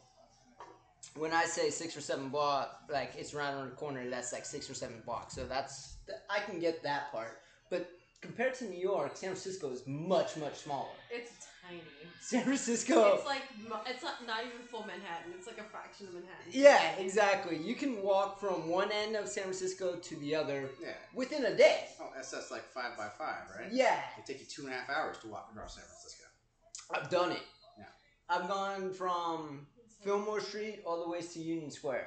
Speaker 2: when I say six or seven block, like it's around the corner, that's like six or seven blocks. So that's I can get that part, but. Compared to New York, San Francisco is much, much smaller.
Speaker 5: It's tiny.
Speaker 2: San Francisco.
Speaker 5: It's like mo- it's not, not even full Manhattan. It's like a fraction of Manhattan.
Speaker 2: Yeah, exactly. You can walk from one end of San Francisco to the other
Speaker 3: Yeah.
Speaker 2: within a day.
Speaker 3: Oh, SS like five by five, right?
Speaker 2: Yeah,
Speaker 3: It take you two and a half hours to walk across San Francisco.
Speaker 2: I've done it.
Speaker 3: Yeah.
Speaker 2: I've gone from Fillmore Street all the way to Union Square.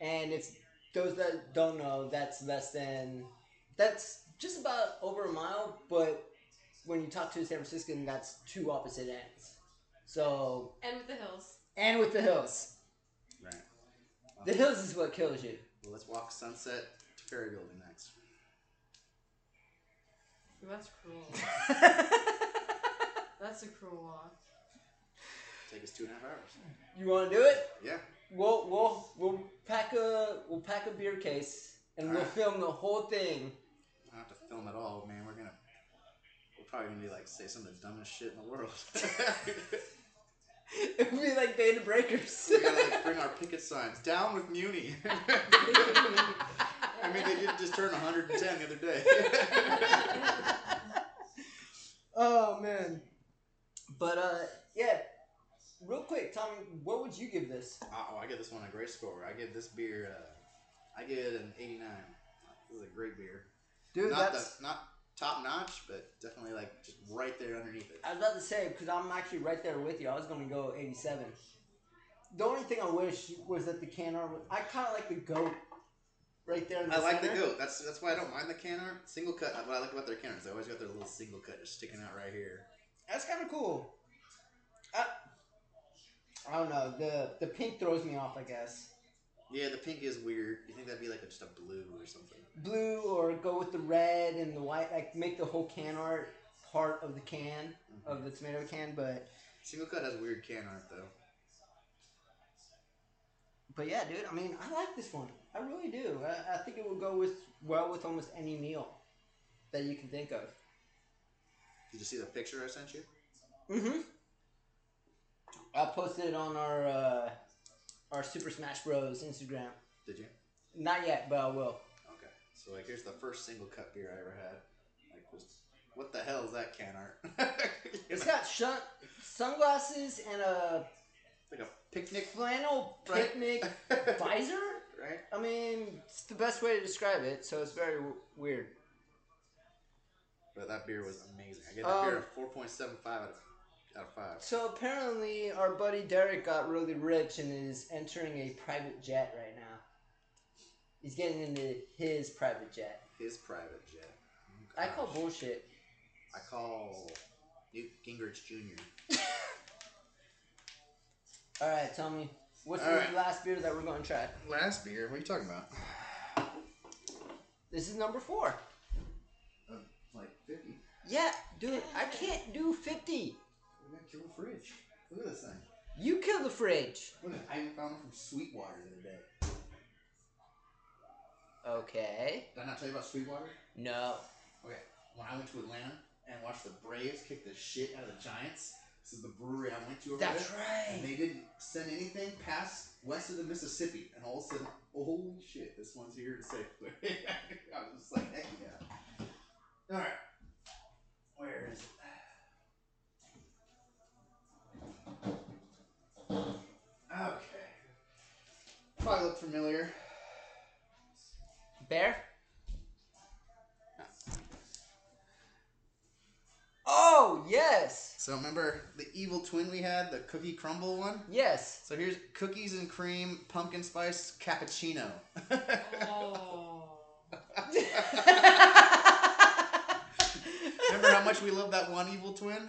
Speaker 2: And if those that don't know, that's less than that's just about over a mile, but when you talk to a San Franciscan, that's two opposite ends. So,
Speaker 5: And with the hills.
Speaker 2: and with the hills.
Speaker 3: Right.
Speaker 2: The hills is what kills you.
Speaker 3: Well, let's walk Sunset to Ferry Building next.
Speaker 5: Ooh, That's cruel. That's a cruel walk.
Speaker 3: Take us two and a half hours.
Speaker 2: you want to do it?
Speaker 3: Yeah.
Speaker 2: We'll we'll we'll pack a we'll pack a beer case and we'll
Speaker 3: Alright.
Speaker 2: film the whole thing.
Speaker 3: I don't have to film it all, man. We're gonna, we're probably gonna be like say some of the dumbest shit in the world.
Speaker 2: It'll be like Data Breakers.
Speaker 3: we gotta like bring our picket signs down with Muni. I mean, they did just turn 110 the other day.
Speaker 2: oh man. But uh yeah. Real quick, Tommy, what would you give this?
Speaker 3: oh, I give this one a great score. I give this beer. Uh, I give it an 89. This is a great beer.
Speaker 2: Dude,
Speaker 3: not
Speaker 2: that's.
Speaker 3: the not top notch, but definitely like just right there underneath it.
Speaker 2: I was about to say because I'm actually right there with you. I was going to go 87. The only thing I wish was that the can art. I kind of like the goat right there. In the
Speaker 3: I like the
Speaker 2: center.
Speaker 3: goat. That's that's why I don't mind the can art. Single cut. What I like about their can arts, they always got their little single cut just sticking out right here.
Speaker 2: That's kind of cool. I, I don't know. The the pink throws me off. I guess
Speaker 3: Yeah, the pink is weird. You think that'd be like a, just a blue or something?
Speaker 2: blue or go with the red and the white. Like make the whole can art part of the can of the tomato can. But
Speaker 3: Single cut has weird can art though.
Speaker 2: but yeah, dude. I mean, I like this one. I really do. I, I think it would go with well with almost any meal that you can think of.
Speaker 3: Did you see the picture I sent you?
Speaker 2: Mm-hmm. I posted it on our uh, our Super Smash Bros. Instagram.
Speaker 3: Did you?
Speaker 2: Not yet, but I will.
Speaker 3: Okay. So like, here's the first single cut beer I ever had. Like, was, what the hell is that can art?
Speaker 2: It's
Speaker 3: it's
Speaker 2: got shun- sunglasses and a
Speaker 3: like a picnic.
Speaker 2: flannel
Speaker 3: Right.
Speaker 2: picnic
Speaker 3: right.
Speaker 2: visor. I mean, it's the best way to describe it. So it's very w- weird.
Speaker 3: But that beer was amazing. I gave that beer
Speaker 2: Um,
Speaker 3: a 4.75 out of out of five.
Speaker 2: So apparently, our buddy Derek got really rich and is entering a private jet right now. He's getting into his private jet.
Speaker 3: His private jet. Oh,
Speaker 2: I call
Speaker 3: gosh.
Speaker 2: bullshit.
Speaker 3: I call Newt Gingrich Jr.
Speaker 2: All right, tell me what's
Speaker 3: All
Speaker 2: the
Speaker 3: right.
Speaker 2: last beer that we're going to try.
Speaker 3: Last beer. What are you talking about?
Speaker 2: This is number four.
Speaker 3: Uh, Like 50.
Speaker 2: Yeah, dude, I can't do fifty.
Speaker 3: We're gonna kill the fridge. Look at this thing.
Speaker 2: You kill the fridge.
Speaker 3: Look at I found one from Sweetwater the other day.
Speaker 2: Okay.
Speaker 3: Did I not tell you about Sweetwater?
Speaker 2: No.
Speaker 3: Okay, when I went to Atlanta and watched the Braves kick the shit out of the Giants, this is the brewery I went to over
Speaker 2: That's
Speaker 3: there. And
Speaker 2: right.
Speaker 3: they didn't send anything past west of the Mississippi, and all of a sudden, oh holy shit, this one's here in Safeway. I was just like, heck yeah. All right, where is it? Okay, probably look familiar.
Speaker 2: Bear? Oh, yes.
Speaker 3: So remember the evil twin we had, the cookie crumble one.
Speaker 2: Yes.
Speaker 3: So here's cookies and cream, pumpkin spice cappuccino.
Speaker 5: Oh.
Speaker 3: Remember how much we loved that one evil twin?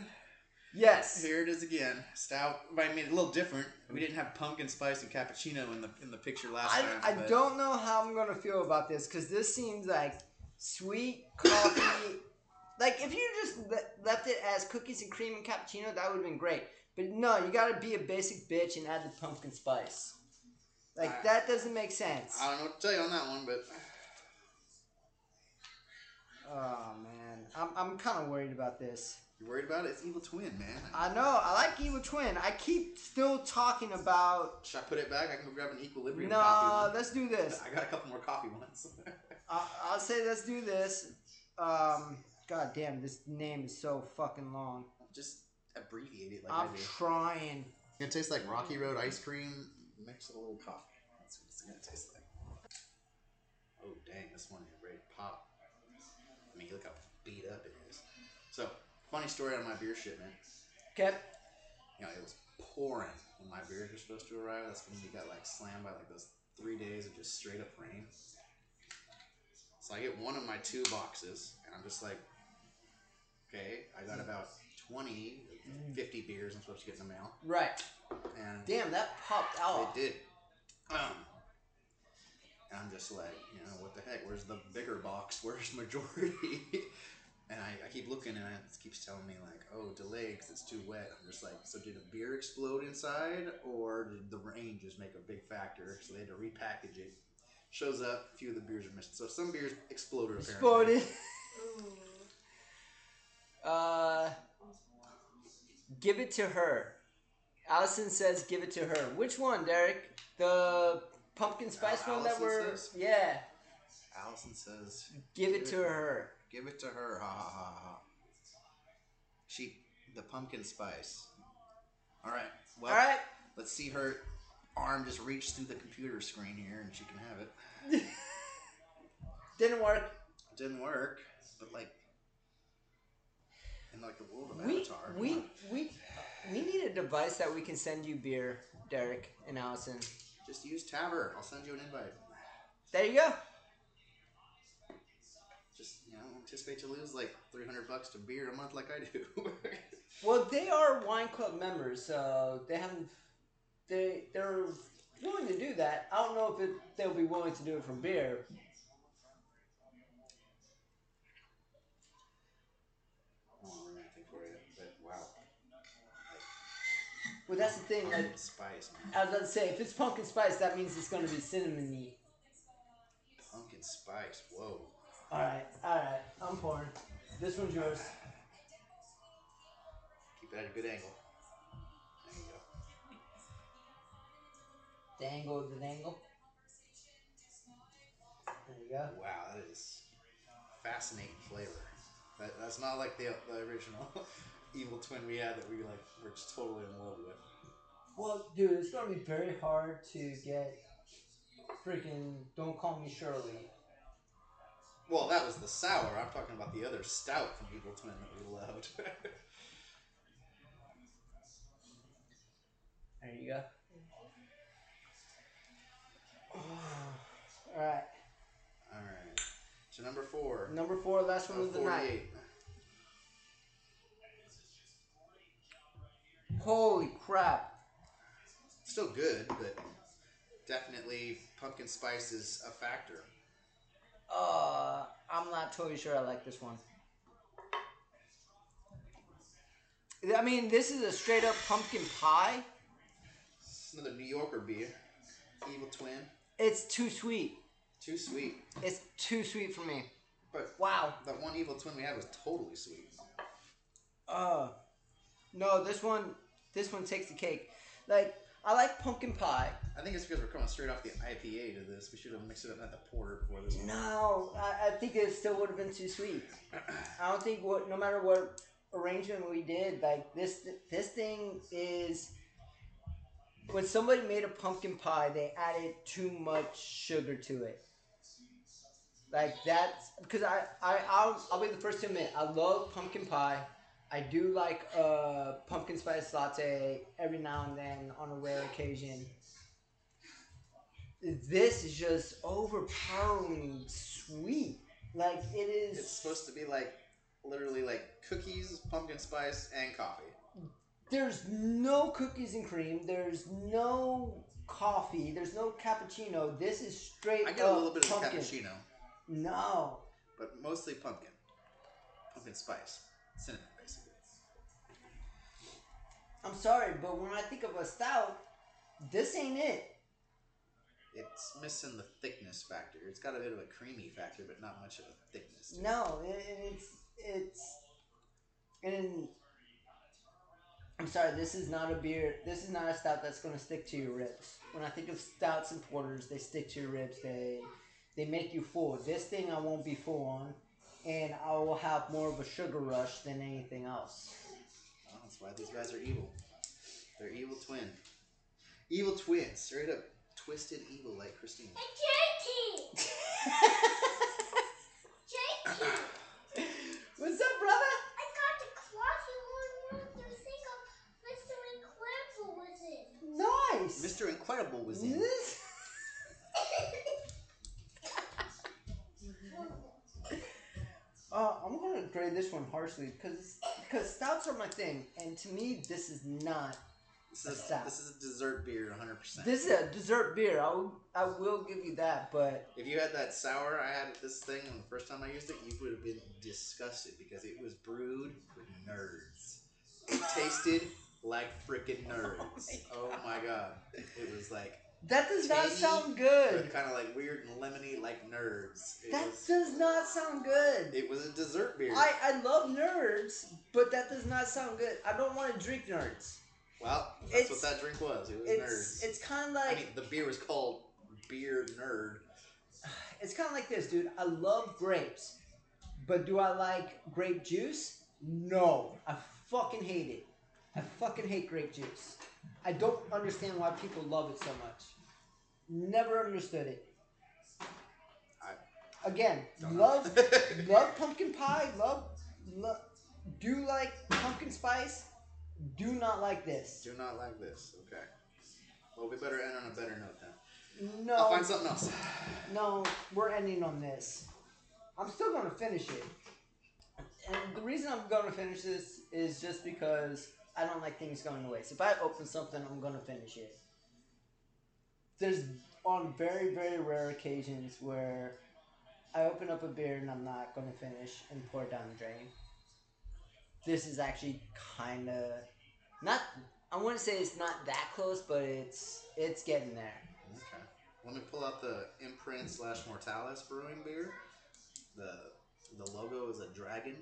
Speaker 2: yes.
Speaker 3: Here it is again. Stout. I mean, a little different. We didn't have pumpkin spice and cappuccino in the in the picture last
Speaker 2: I,
Speaker 3: time.
Speaker 2: I
Speaker 3: but
Speaker 2: don't know how I'm going to feel about this because this seems like sweet coffee. like, if you just le- left it as cookies and cream and cappuccino, that would have been great. But no, you got to be a basic bitch and add the pumpkin spice. Like,
Speaker 3: I-
Speaker 2: that doesn't make sense.
Speaker 3: I don't know what to tell you on that one, but
Speaker 2: Oh man, I'm, I'm kind of worried about this.
Speaker 3: you worried about it? It's evil twin, man.
Speaker 2: I know I like Evil Twin. I keep still talking about.
Speaker 3: Should I put it back? I can go grab an equilibrium
Speaker 2: Nah,
Speaker 3: coffee.
Speaker 2: let's do this.
Speaker 3: I got a couple more coffee ones.
Speaker 2: I, I'll say let's do this. Um, God damn, this name is so fucking long.
Speaker 3: Just abbreviate it like
Speaker 2: I'm
Speaker 3: I do.
Speaker 2: trying.
Speaker 3: It's gonna taste like Rocky Road ice cream mixed Mm-hmm. with a little coffee. That's what it's gonna taste like. Oh dang, this one is ready to pop. I mean, look how beat up it is. So, funny story on my beer shipment.
Speaker 2: Okay.
Speaker 3: You know, it was pouring when my beers were supposed to arrive. That's when we got like slammed by like those three days of just straight up rain. So I get one of my two boxes, and I'm just like, okay, I got about 20, 50 beers I'm supposed to get in the mail.
Speaker 2: Right.
Speaker 3: And
Speaker 2: Damn, that popped out.
Speaker 3: they did. Um, and I'm just like, you know, what the heck? Where's the bigger box? Where's majority? and I, I keep looking, and I- it keeps telling me like, oh, delay because it's too wet. I'm just like, so did a beer explode inside, or did the rain just make a big factor? So they had to repackage it. Shows up, a few of the beers are missing. So some beers exploded. Apparently.
Speaker 2: Exploded.
Speaker 4: Ooh.
Speaker 2: Uh, give it to her. Allison says, "Give it to her." Which one, Derek? The pumpkin spice one that
Speaker 3: Allison
Speaker 2: we're
Speaker 3: says?
Speaker 2: yeah.
Speaker 3: Allison says,
Speaker 2: Give it to her.
Speaker 3: give it to her. Ha ha ha ha. She, the pumpkin spice. All right. Well,
Speaker 2: All right.
Speaker 3: Let's see her arm just reach through the computer screen here, and she can have it.
Speaker 2: Didn't work.
Speaker 3: Didn't work, but like in like the world of
Speaker 2: We
Speaker 3: Avatar. come
Speaker 2: we
Speaker 3: on.
Speaker 2: we we need a device that we can send you beer, Derek and Allison.
Speaker 3: just use Taver. I'll send you an invite.
Speaker 2: There you go.
Speaker 3: Just you know, anticipate to lose like three hundred bucks to beer a month like I do.
Speaker 2: Well, they are wine club members, so they haven't. They they're willing to do that. I don't know if it, they'll be willing to do it from beer.
Speaker 3: More romantic for you, but wow,
Speaker 2: Well, that's the thing. Like,
Speaker 3: pumpkin spice, man.
Speaker 2: I was about to say, if it's pumpkin spice, that means it's going to be cinnamony.
Speaker 3: Pumpkin spice. Whoa.
Speaker 2: All right, all right. I'm pouring. This one's yours.
Speaker 3: Keep it at a good angle. There you go.
Speaker 2: The angle of the dangle. There you go.
Speaker 3: Wow, that is fascinating flavor. That, that's not like the, the original evil twin we had that we like were just totally in love with.
Speaker 2: Well, dude, it's gonna be very hard to get freaking Don't Call Me Shirley.
Speaker 3: Well, that was the sour. I'm talking about the other stout from Evil Twin that we loved.
Speaker 2: There you go. Alright.
Speaker 3: All right, so number four,
Speaker 2: Number four, last one
Speaker 3: uh,
Speaker 2: of the night.
Speaker 3: forty-eight.
Speaker 2: Holy crap.
Speaker 3: Still good, but definitely pumpkin spice is a factor.
Speaker 2: Uh I'm not totally sure I like this one. I mean, this is a straight up pumpkin pie.
Speaker 3: It's another New Yorker beer, Evil Twin.
Speaker 2: It's too sweet.
Speaker 3: Too sweet,
Speaker 2: It's too sweet for me.
Speaker 3: but
Speaker 2: Wow.
Speaker 3: that one Evil Twin we had was totally sweet.
Speaker 2: Uh, no, this one, this one takes the cake. Like, I like pumpkin pie.
Speaker 3: I think it's because we're coming straight off the IPA to this. We should have mixed it up at the porter before this one.
Speaker 2: No, I, I think it still would have been too sweet. I don't think what, no matter what arrangement we did, like this, this thing is. When somebody made a pumpkin pie, they added too much sugar to it. Like that's because I I I'll, I'll be the first to admit I love pumpkin pie. I do like uh, pumpkin spice latte every now and then on a rare occasion. This is just overpoweringly sweet. Like it is.
Speaker 3: It's supposed to be like literally like cookies, pumpkin spice, and coffee.
Speaker 2: there's no cookies and cream. There's no coffee. There's no cappuccino. This is straight.
Speaker 3: I get a
Speaker 2: up
Speaker 3: little bit of
Speaker 2: Oh, pumpkin.
Speaker 3: cappuccino,
Speaker 2: No,
Speaker 3: but mostly pumpkin, pumpkin spice, cinnamon basically.
Speaker 2: I'm sorry, but when I think of a stout, this ain't it.
Speaker 3: It's missing the thickness factor. It's got a bit of a creamy factor, but not much of a thickness. to it.
Speaker 2: No, it, it- it's it's and I'm sorry. This is not a beer. This is not a stout that's going to stick to your ribs. When I think of stouts and porters, they stick to your ribs. They they make you full. This thing I won't be full on, and I will have more of a sugar rush than anything else.
Speaker 3: Well, that's why these guys are evil. They're evil twin, evil twins, straight up twisted evil like Christine.
Speaker 4: Jakey! Jakey!
Speaker 2: What's up, brother?
Speaker 4: I got the closet one you think of Mr. Incredible was it.
Speaker 2: Nice.
Speaker 3: Mr. Incredible was in.
Speaker 2: This- Uh, I'm gonna grade this one harshly because because stouts are my thing, and to me this is not.
Speaker 3: This is
Speaker 2: Stop.
Speaker 3: this is a dessert beer, 100. percent
Speaker 2: This is a dessert beer. I will, I will give you that, but
Speaker 3: If you had that sour I had at this thing and the first time I used it, you would have been disgusted because it was brewed with nerds. It tasted like freaking nerds. Oh my, god. It was like
Speaker 2: that does not
Speaker 3: Tangy,
Speaker 2: sound good.
Speaker 3: kind of like weird and lemony like nerds. It
Speaker 2: That
Speaker 3: was,
Speaker 2: does not sound good.
Speaker 3: it was a dessert beer.
Speaker 2: I I love nerds, but that does not sound good. I don't want to drink nerds.
Speaker 3: well, that's
Speaker 2: it's-
Speaker 3: what that drink was. It was
Speaker 2: It's
Speaker 3: nerds.
Speaker 2: it's kind of
Speaker 3: I
Speaker 2: like
Speaker 3: mean, the beer was called Beer Nerd.
Speaker 2: it's kind of like this, dude. I love grapes, but do I like grape juice? No, I fucking hate it. I fucking hate grape juice. I don't understand why people love it so much. Never understood it.
Speaker 3: I-
Speaker 2: again,
Speaker 3: Don't know.
Speaker 2: love love pumpkin pie. Love, lo- do like pumpkin spice. Do not like this.
Speaker 3: Do not like this. Okay. Well, we better end on a better note then. I'll
Speaker 2: No,
Speaker 3: find something else.
Speaker 2: no, we're ending on this. I'm still going to finish it. And the reason I'm going to finish this is just because I don't like things going to waste. If I open something, I'm going to finish it. There's on very, very rare occasions where I open up a beer and I'm not going to finish and pour it down the drain. This is actually kind of not. I wouldn't say it's not that close, but it's it's getting there.
Speaker 3: Okay. Let me pull out the imprint slash Mortalis brewing beer. The the logo is a dragon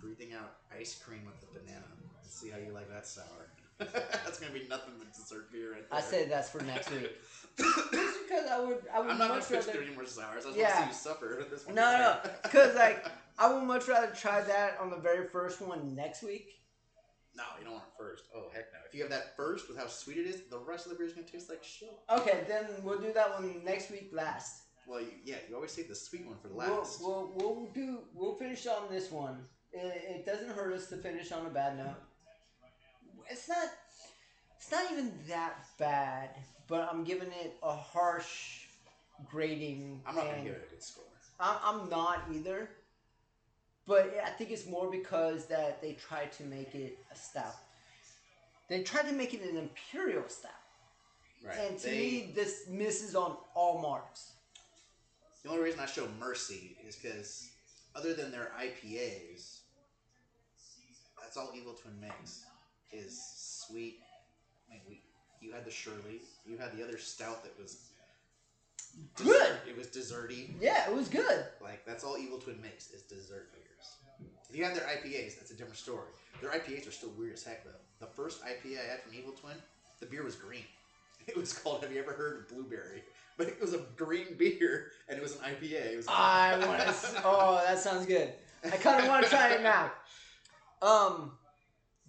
Speaker 3: breathing out ice cream with a banana. Let's see how you like that sour. That's gonna be nothing but dessert beer right there.
Speaker 2: I say that's for next week. Just because I would, I would
Speaker 3: I'm not gonna
Speaker 2: much
Speaker 3: pitch
Speaker 2: rather.
Speaker 3: through any more sours. I just
Speaker 2: Yeah.
Speaker 3: want to see you suffer with this one.
Speaker 2: No, no, because like I would much rather try that on the very first one next week.
Speaker 3: no, you don't want it first. Oh heck no! If you have that first with how sweet it is, the rest of the beer is gonna taste like shit.
Speaker 2: Okay, then we'll do that one next week last.
Speaker 3: Well, you, yeah, you always save the sweet one for
Speaker 2: We'll,
Speaker 3: last.
Speaker 2: we'll, we'll do. We'll finish on this one. It, it doesn't hurt us to finish on a bad note. It's not. It's not even that bad, but I'm giving it a harsh grading.
Speaker 3: I'm not gonna
Speaker 2: and-
Speaker 3: give it a good score.
Speaker 2: I'm, I'm not either. But I think it's more because that they tried to make it a stout. They tried to make it an imperial stout,
Speaker 3: Right?
Speaker 2: and to
Speaker 3: They-
Speaker 2: me, this misses on all marks.
Speaker 3: The only reason I show mercy is because, other than their IPAs, that's all Eagleton makes is sweet. I mean, we, you had the Shirley, you had the other stout that was
Speaker 2: Good.
Speaker 3: It was desserty.
Speaker 2: Yeah, it was good.
Speaker 3: Like that's all Evil Twin makes is dessert beers. If you have their IPAs, that's a different story. Their IPAs are still weird as heck though. The first IPA I had from Evil Twin, the beer was green. It was called Have you ever heard of blueberry? But it was a green beer and it was an IPA. It was
Speaker 2: I want to. Oh, that sounds good. I kind of want to try it now. Um,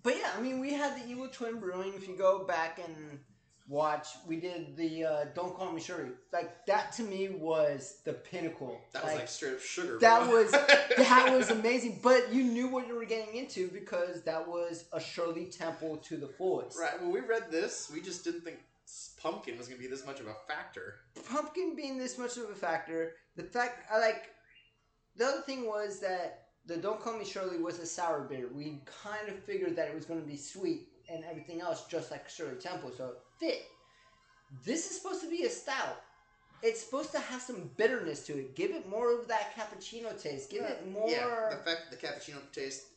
Speaker 2: but yeah, I mean, we had the Evil Twin Brewing. If you go back and watch, we did the uh, Don't Call Me Shuri. Like that to me was the pinnacle.
Speaker 3: That was like straight up sugar.
Speaker 2: that
Speaker 3: bro.
Speaker 2: was- that was amazing. But you knew what you were getting into because that was a Shirley Temple to the fullest.
Speaker 3: right. When we read this, we just didn't think s- pumpkin was gonna be this much of a factor.
Speaker 2: Pumpkin being this much of a factor, the fact I like the other thing was that the Don't Call Me Shirley was a sour beer. We kind of figured that it was going to be sweet and everything else, just like Shirley Temple, so it fit. This is supposed to be a stout. It's supposed to have some bitterness to it. Give it more of that cappuccino taste. Give it more.
Speaker 3: Yeah. The fact that the cappuccino taste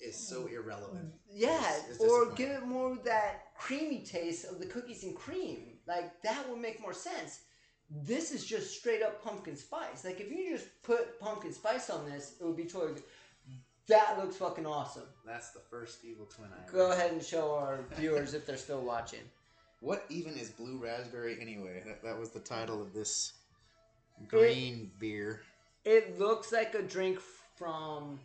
Speaker 3: is so irrelevant.
Speaker 2: Yeah,
Speaker 3: It's- it's
Speaker 2: or
Speaker 3: disappointing.
Speaker 2: give it more of that creamy taste of the cookies and cream. Like that would make more sense. This is just straight up pumpkin spice. Like if you just put pumpkin spice on this, it would be totally. Good. That looks fucking awesome.
Speaker 3: That's the first Evil Twin I
Speaker 2: Go
Speaker 3: read.
Speaker 2: ahead and show our viewers if they're still watching.
Speaker 3: What even is blue raspberry anyway? That, that was the title of this green
Speaker 2: green
Speaker 3: beer.
Speaker 2: It looks like a drink from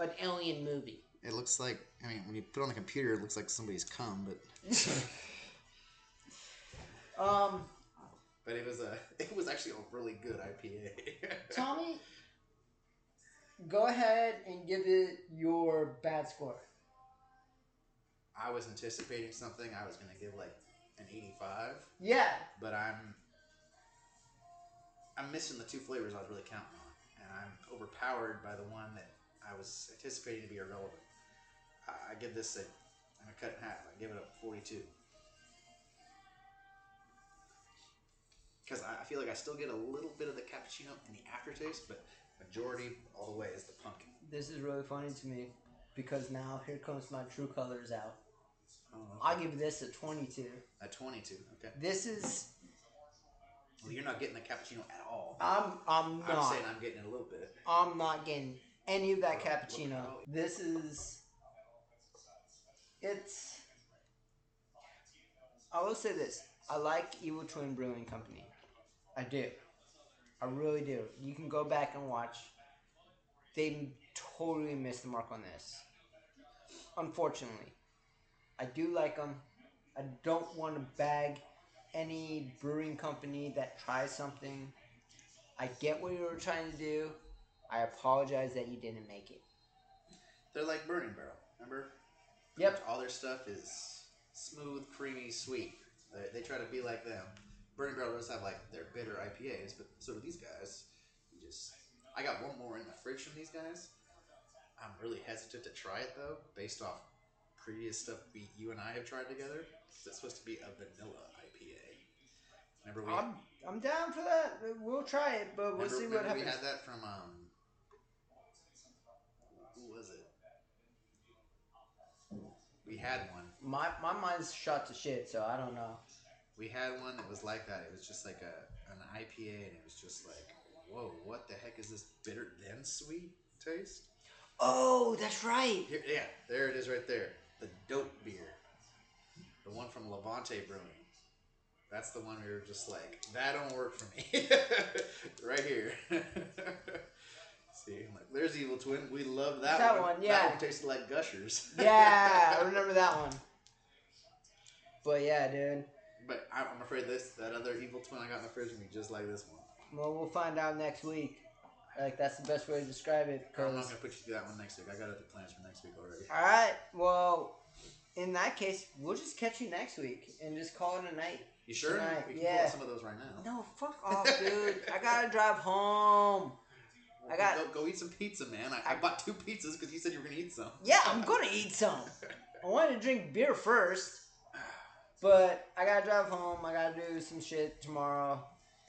Speaker 2: an alien movie.
Speaker 3: It looks like, I mean, when you put it on the computer, it looks like somebody's cum, but.
Speaker 2: Um,
Speaker 3: But it was a, it was actually a really good IPA.
Speaker 2: Tommy, go ahead and give it your bad score.
Speaker 3: I was anticipating something. I was gonna give like an eighty-five,
Speaker 2: Yeah,
Speaker 3: but I'm, I'm missing the two flavors I was really counting on, and I'm overpowered by the one that I was anticipating to be irrelevant. I, I give this a, I'm gonna cut it in half. I give it a forty-two. because I I feel like I still get a little bit of the cappuccino in the aftertaste, but majority all the way is the pumpkin.
Speaker 2: This is really funny to me because now here comes my true colors out.
Speaker 3: Oh,
Speaker 2: I give this a 22.
Speaker 3: a 22. Okay.
Speaker 2: This is
Speaker 3: Well, you're not getting the cappuccino at all.
Speaker 2: I'm I'm
Speaker 3: I'm
Speaker 2: not
Speaker 3: saying I'm getting it a little bit.
Speaker 2: I'm not getting any of that cappuccino. This is it's I will say this. I like Evil Twin Brewing Company. I do. I really do. You can go back and watch. They totally missed the mark on this. Unfortunately. I do like them. I don't want to bag any brewing company that tries something. I I get what you were trying to do. I apologize that you didn't make it.
Speaker 3: They're like Burning Barrel, remember?
Speaker 2: Yep.
Speaker 3: All their stuff is smooth, creamy, sweet. They, they try to be like them. Burning Barrel does have like their bitter IPAs, but so do these guys. You just, I got one more in the fridge from these guys. I'm really hesitant to try it though, based off previous stuff we, you and I have tried together. 'cause It's supposed to be a vanilla IPA. Remember we,
Speaker 2: I'm I'm down for that. We'll try it, but we'll
Speaker 3: remember,
Speaker 2: see what
Speaker 3: remember
Speaker 2: happens.
Speaker 3: we had that from um, who was it? We had one.
Speaker 2: My my mind's shot to shit, so I don't know.
Speaker 3: We had one that was like that. It was just like a an IPA, and it was just like, whoa, what the heck is this bitter then sweet taste?
Speaker 2: Oh, that's right.
Speaker 3: Here, yeah, there it is right there. The dope beer, the one from Levante Brewing. That's the one we were just like, that don't work for me. right here. See, I'm like, there's Evil Twin. We love that,
Speaker 2: That
Speaker 3: one.
Speaker 2: one, yeah.
Speaker 3: That one tasted like gushers.
Speaker 2: Yeah, I remember that one. But yeah, dude.
Speaker 3: but I- I'm afraid this that other Evil Twin I got in the fridge will be just like this one.
Speaker 2: Well, we'll find out next week. Like that's the best way to describe it.
Speaker 3: I'm not
Speaker 2: Because
Speaker 3: gonna put you through that one next week. I got other plans for next week already.
Speaker 2: all right, well, in that case, we'll just catch you next week and just call it a night.
Speaker 3: You sure?
Speaker 2: Tonight,
Speaker 3: we can
Speaker 2: yeah.
Speaker 3: pull some of those right now.
Speaker 2: No, fuck off, dude. I gotta drive home. I got-
Speaker 3: Go, go eat some pizza, man. I, I bought two pizzas because you said you were gonna eat some.
Speaker 2: Yeah, I'm gonna eat some. I wanted to drink beer first, but I gotta drive home. I gotta do some shit tomorrow,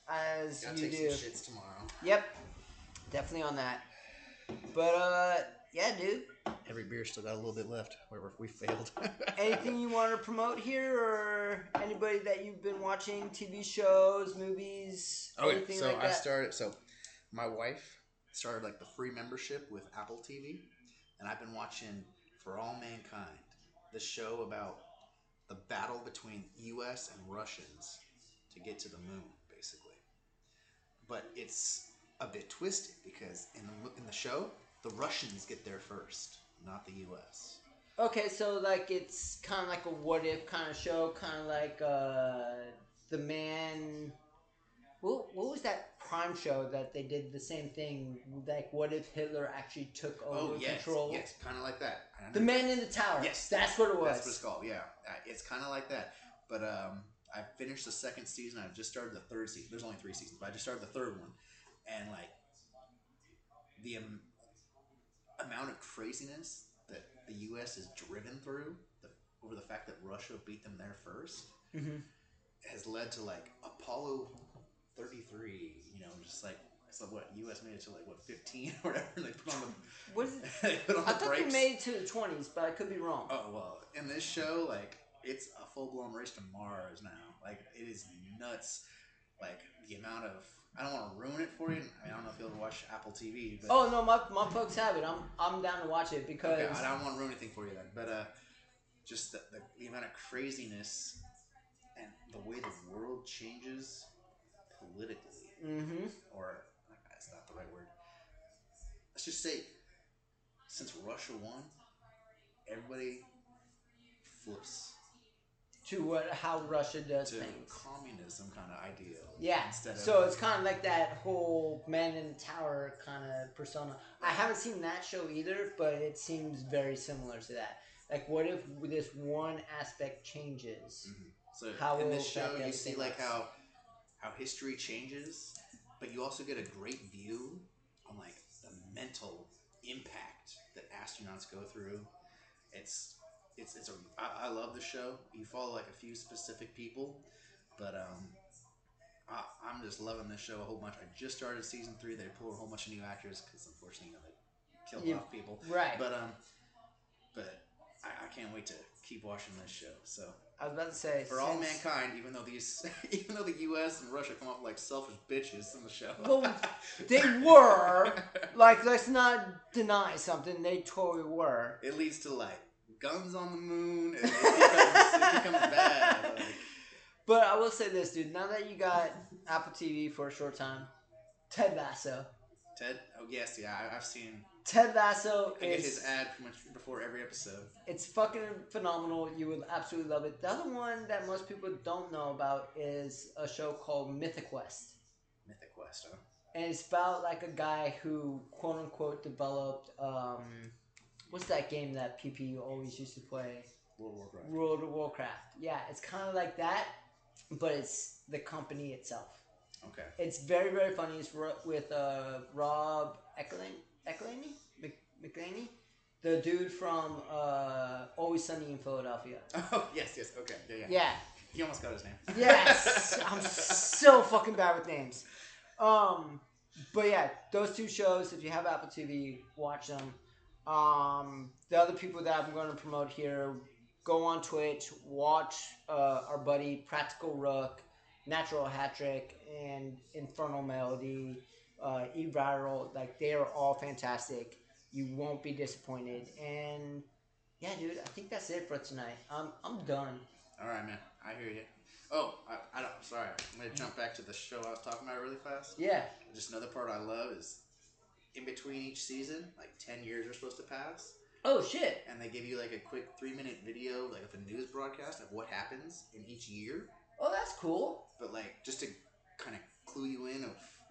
Speaker 2: as
Speaker 3: Gotta
Speaker 2: you
Speaker 3: take
Speaker 2: do.
Speaker 3: some shits tomorrow.
Speaker 2: Yep, definitely on that. But uh, yeah, dude.
Speaker 3: Every beer still got a little bit left. Where we failed.
Speaker 2: Anything you want to promote here, or anybody that you've been watching, TV shows, movies,
Speaker 3: Okay,
Speaker 2: anything
Speaker 3: Oh, so
Speaker 2: like
Speaker 3: I
Speaker 2: that?
Speaker 3: started. So my wife started like the free membership with Apple TV, and I've been watching For All Mankind, the show about the battle between U.S. and Russians to get to the moon, basically. But it's a bit twisted because in the mo- in the show, the Russians get there first, not the U.S.
Speaker 2: okay, so like it's kind of like a what if kind of show, kind of like uh, the man. What, what was that prime show that they did the same thing? Like, what if Hitler actually took over
Speaker 3: Oh yes,
Speaker 2: control?
Speaker 3: yes, kind of like that. I
Speaker 2: The Man in the Tower.
Speaker 3: Yes,
Speaker 2: that's what it was.
Speaker 3: That's what it's called. Yeah, Uh, it's kind of like that. But um, I finished the second season. I've just started the third season. There's only three seasons, but I just started the third one, and like the um, amount of craziness that the U.S. is driven through the, over the fact that Russia beat them there first
Speaker 2: Mhm.
Speaker 3: has led to like Apollo 33. You know, just like. So what? U.S. made it to like what 15 or whatever, and they put on the
Speaker 2: What is it?
Speaker 3: they put on
Speaker 2: I
Speaker 3: the
Speaker 2: thought they
Speaker 3: brakes.
Speaker 2: made it to the twenties, but I could be wrong.
Speaker 3: Oh well, in this show, like it's a full blown race to Mars now. Like it is nuts. Like the amount of I don't want to ruin it for you. I, mean, I don't know if you ever watch Apple TV, but
Speaker 2: Oh no, my, my folks have it. I'm I'm down to watch it because
Speaker 3: okay, I don't want to ruin anything for you then. But uh, just the, the, the amount of craziness and the way the world changes politically,
Speaker 2: hmm
Speaker 3: or that's not the right word. Let's just say, since Russia won, everybody flips.
Speaker 2: to what how Russia does
Speaker 3: to
Speaker 2: things.
Speaker 3: communism kind of idea.
Speaker 2: Yeah.
Speaker 3: Instead of
Speaker 2: So it's kind of like that whole man in the tower kind of persona. I haven't seen that show either, but it seems very similar to that. Like, what if this one aspect changes?
Speaker 3: so
Speaker 2: how
Speaker 3: in
Speaker 2: will
Speaker 3: this show
Speaker 2: that
Speaker 3: you
Speaker 2: affect
Speaker 3: see
Speaker 2: everything
Speaker 3: like
Speaker 2: else?
Speaker 3: how how history changes, but you also get a great view on like the mental impact that astronauts go through. It's it's it's a I, I love the show. You follow like a few specific people, but um. I, I'm just loving this show a whole bunch. I just started season three. They pulled a whole bunch of new actors because, unfortunately, you know, they killed
Speaker 2: Yeah.
Speaker 3: off people.
Speaker 2: Right.
Speaker 3: But um, but I, I can't wait to keep watching this show. So
Speaker 2: I was about to say
Speaker 3: for all
Speaker 2: since-
Speaker 3: mankind, even though these, even though the U.S. and Russia come off like selfish bitches in the show,
Speaker 2: Well, They were like, let's not deny something. They totally were.
Speaker 3: it leads to like guns on the moon, and it becomes, it becomes bad. Like,
Speaker 2: But I will say this, dude. Now that you got Apple TV for a short time, Ted Lasso.
Speaker 3: Ted, oh yes, yeah, I, I've seen.
Speaker 2: Ted Lasso
Speaker 3: I get
Speaker 2: is
Speaker 3: his ad pretty much before every episode.
Speaker 2: It's fucking phenomenal. You would absolutely love it. The other one that most people don't know about is a show called Mythic Quest.
Speaker 3: Mythic Quest, huh?
Speaker 2: and it's about like a guy who quote unquote developed um, what's that game that PP always used to play?
Speaker 6: World of Warcraft.
Speaker 2: World of Warcraft. Yeah, it's kind of like that, but it's the company itself.
Speaker 3: Okay.
Speaker 2: It's very very funny. It's ro- with uh, Rob Eklund, Eklund, McLaney, the dude from uh, Always Sunny in Philadelphia.
Speaker 3: Oh yes, yes. Okay. Yeah, yeah.
Speaker 2: Yeah.
Speaker 3: He almost got his name.
Speaker 2: Yes, I'm so fucking bad with names. Um, but yeah, those two shows. If you have Apple TV, watch them. Um, the other people that I'm going to promote here, go on Twitch, watch uh, our buddy Practical Rook, Natural Hat Trick, and Infernal Melody, uh, E Viral. Like they are all fantastic. You won't be disappointed. And yeah, dude, I think that's it for tonight. I'm I'm done.
Speaker 3: All right, man. I hear you. Oh, I, I don't. Sorry. I'm gonna jump back to the show I was talking about really fast.
Speaker 2: Yeah.
Speaker 3: Just another part I love is in between each season, like ten years are supposed to pass,
Speaker 2: Oh shit.
Speaker 3: and they give you like a quick three minute video, like of a news broadcast of what happens in each year,
Speaker 2: Oh, that's cool.
Speaker 3: but like just to kind of clue you in of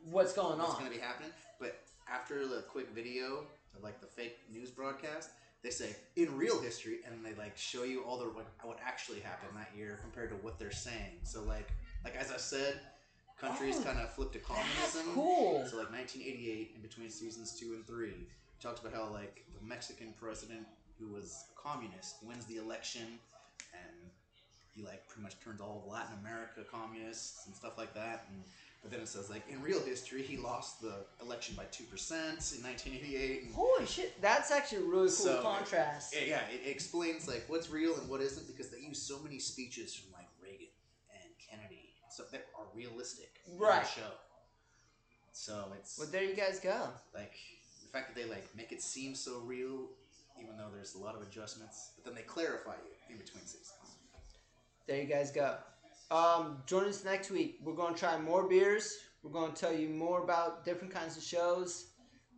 Speaker 2: What's going
Speaker 3: what's
Speaker 2: on?
Speaker 3: going to be happening. But after the quick video of like the fake news broadcast, they say in real history, and they like show you all the what, what actually happened that year compared to what they're saying. So like like as I said, countries
Speaker 2: Oh,
Speaker 3: kind of flipped to
Speaker 2: That's
Speaker 3: communism.
Speaker 2: cool.
Speaker 3: So like 1988, in between seasons two and three, it talks about how like the Mexican president who was a communist wins the election, and he like pretty much turns all of Latin America communists and stuff like that. And but then it says like in real history, he lost the election by two percent in 1988. And,
Speaker 2: Holy shit, that's actually a really cool
Speaker 3: So-
Speaker 2: contrast.
Speaker 3: yeah, yeah, it explains like what's real and what isn't because they use so many speeches from like Reagan and Kennedy, so that are realistic in the
Speaker 2: Right.
Speaker 3: show. So it's
Speaker 2: Well, there you guys go.
Speaker 3: like the fact that they like make it seem so real even though there's a lot of adjustments but then they clarify you in between seasons
Speaker 2: There you guys go. Um, join us next week. We're going to try more beers. We're going to tell you more about different kinds of shows.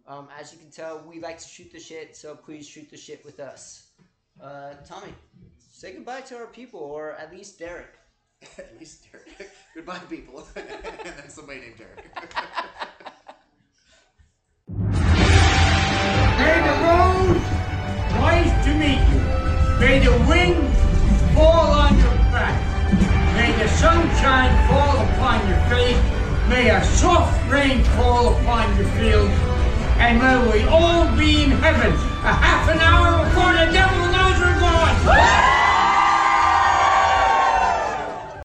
Speaker 2: Um, as you can tell, we like to shoot the shit, so please shoot the shit with us. Uh, Tommy, say goodbye to our people, or at least Derek.
Speaker 3: at least derek goodbye people and then somebody named derek
Speaker 1: May the road rise to meet you. May the wind fall on your back. May the sunshine fall upon your face. May a soft rain fall upon your fields. And may we all be in heaven a half an hour before the devil knows we're gone.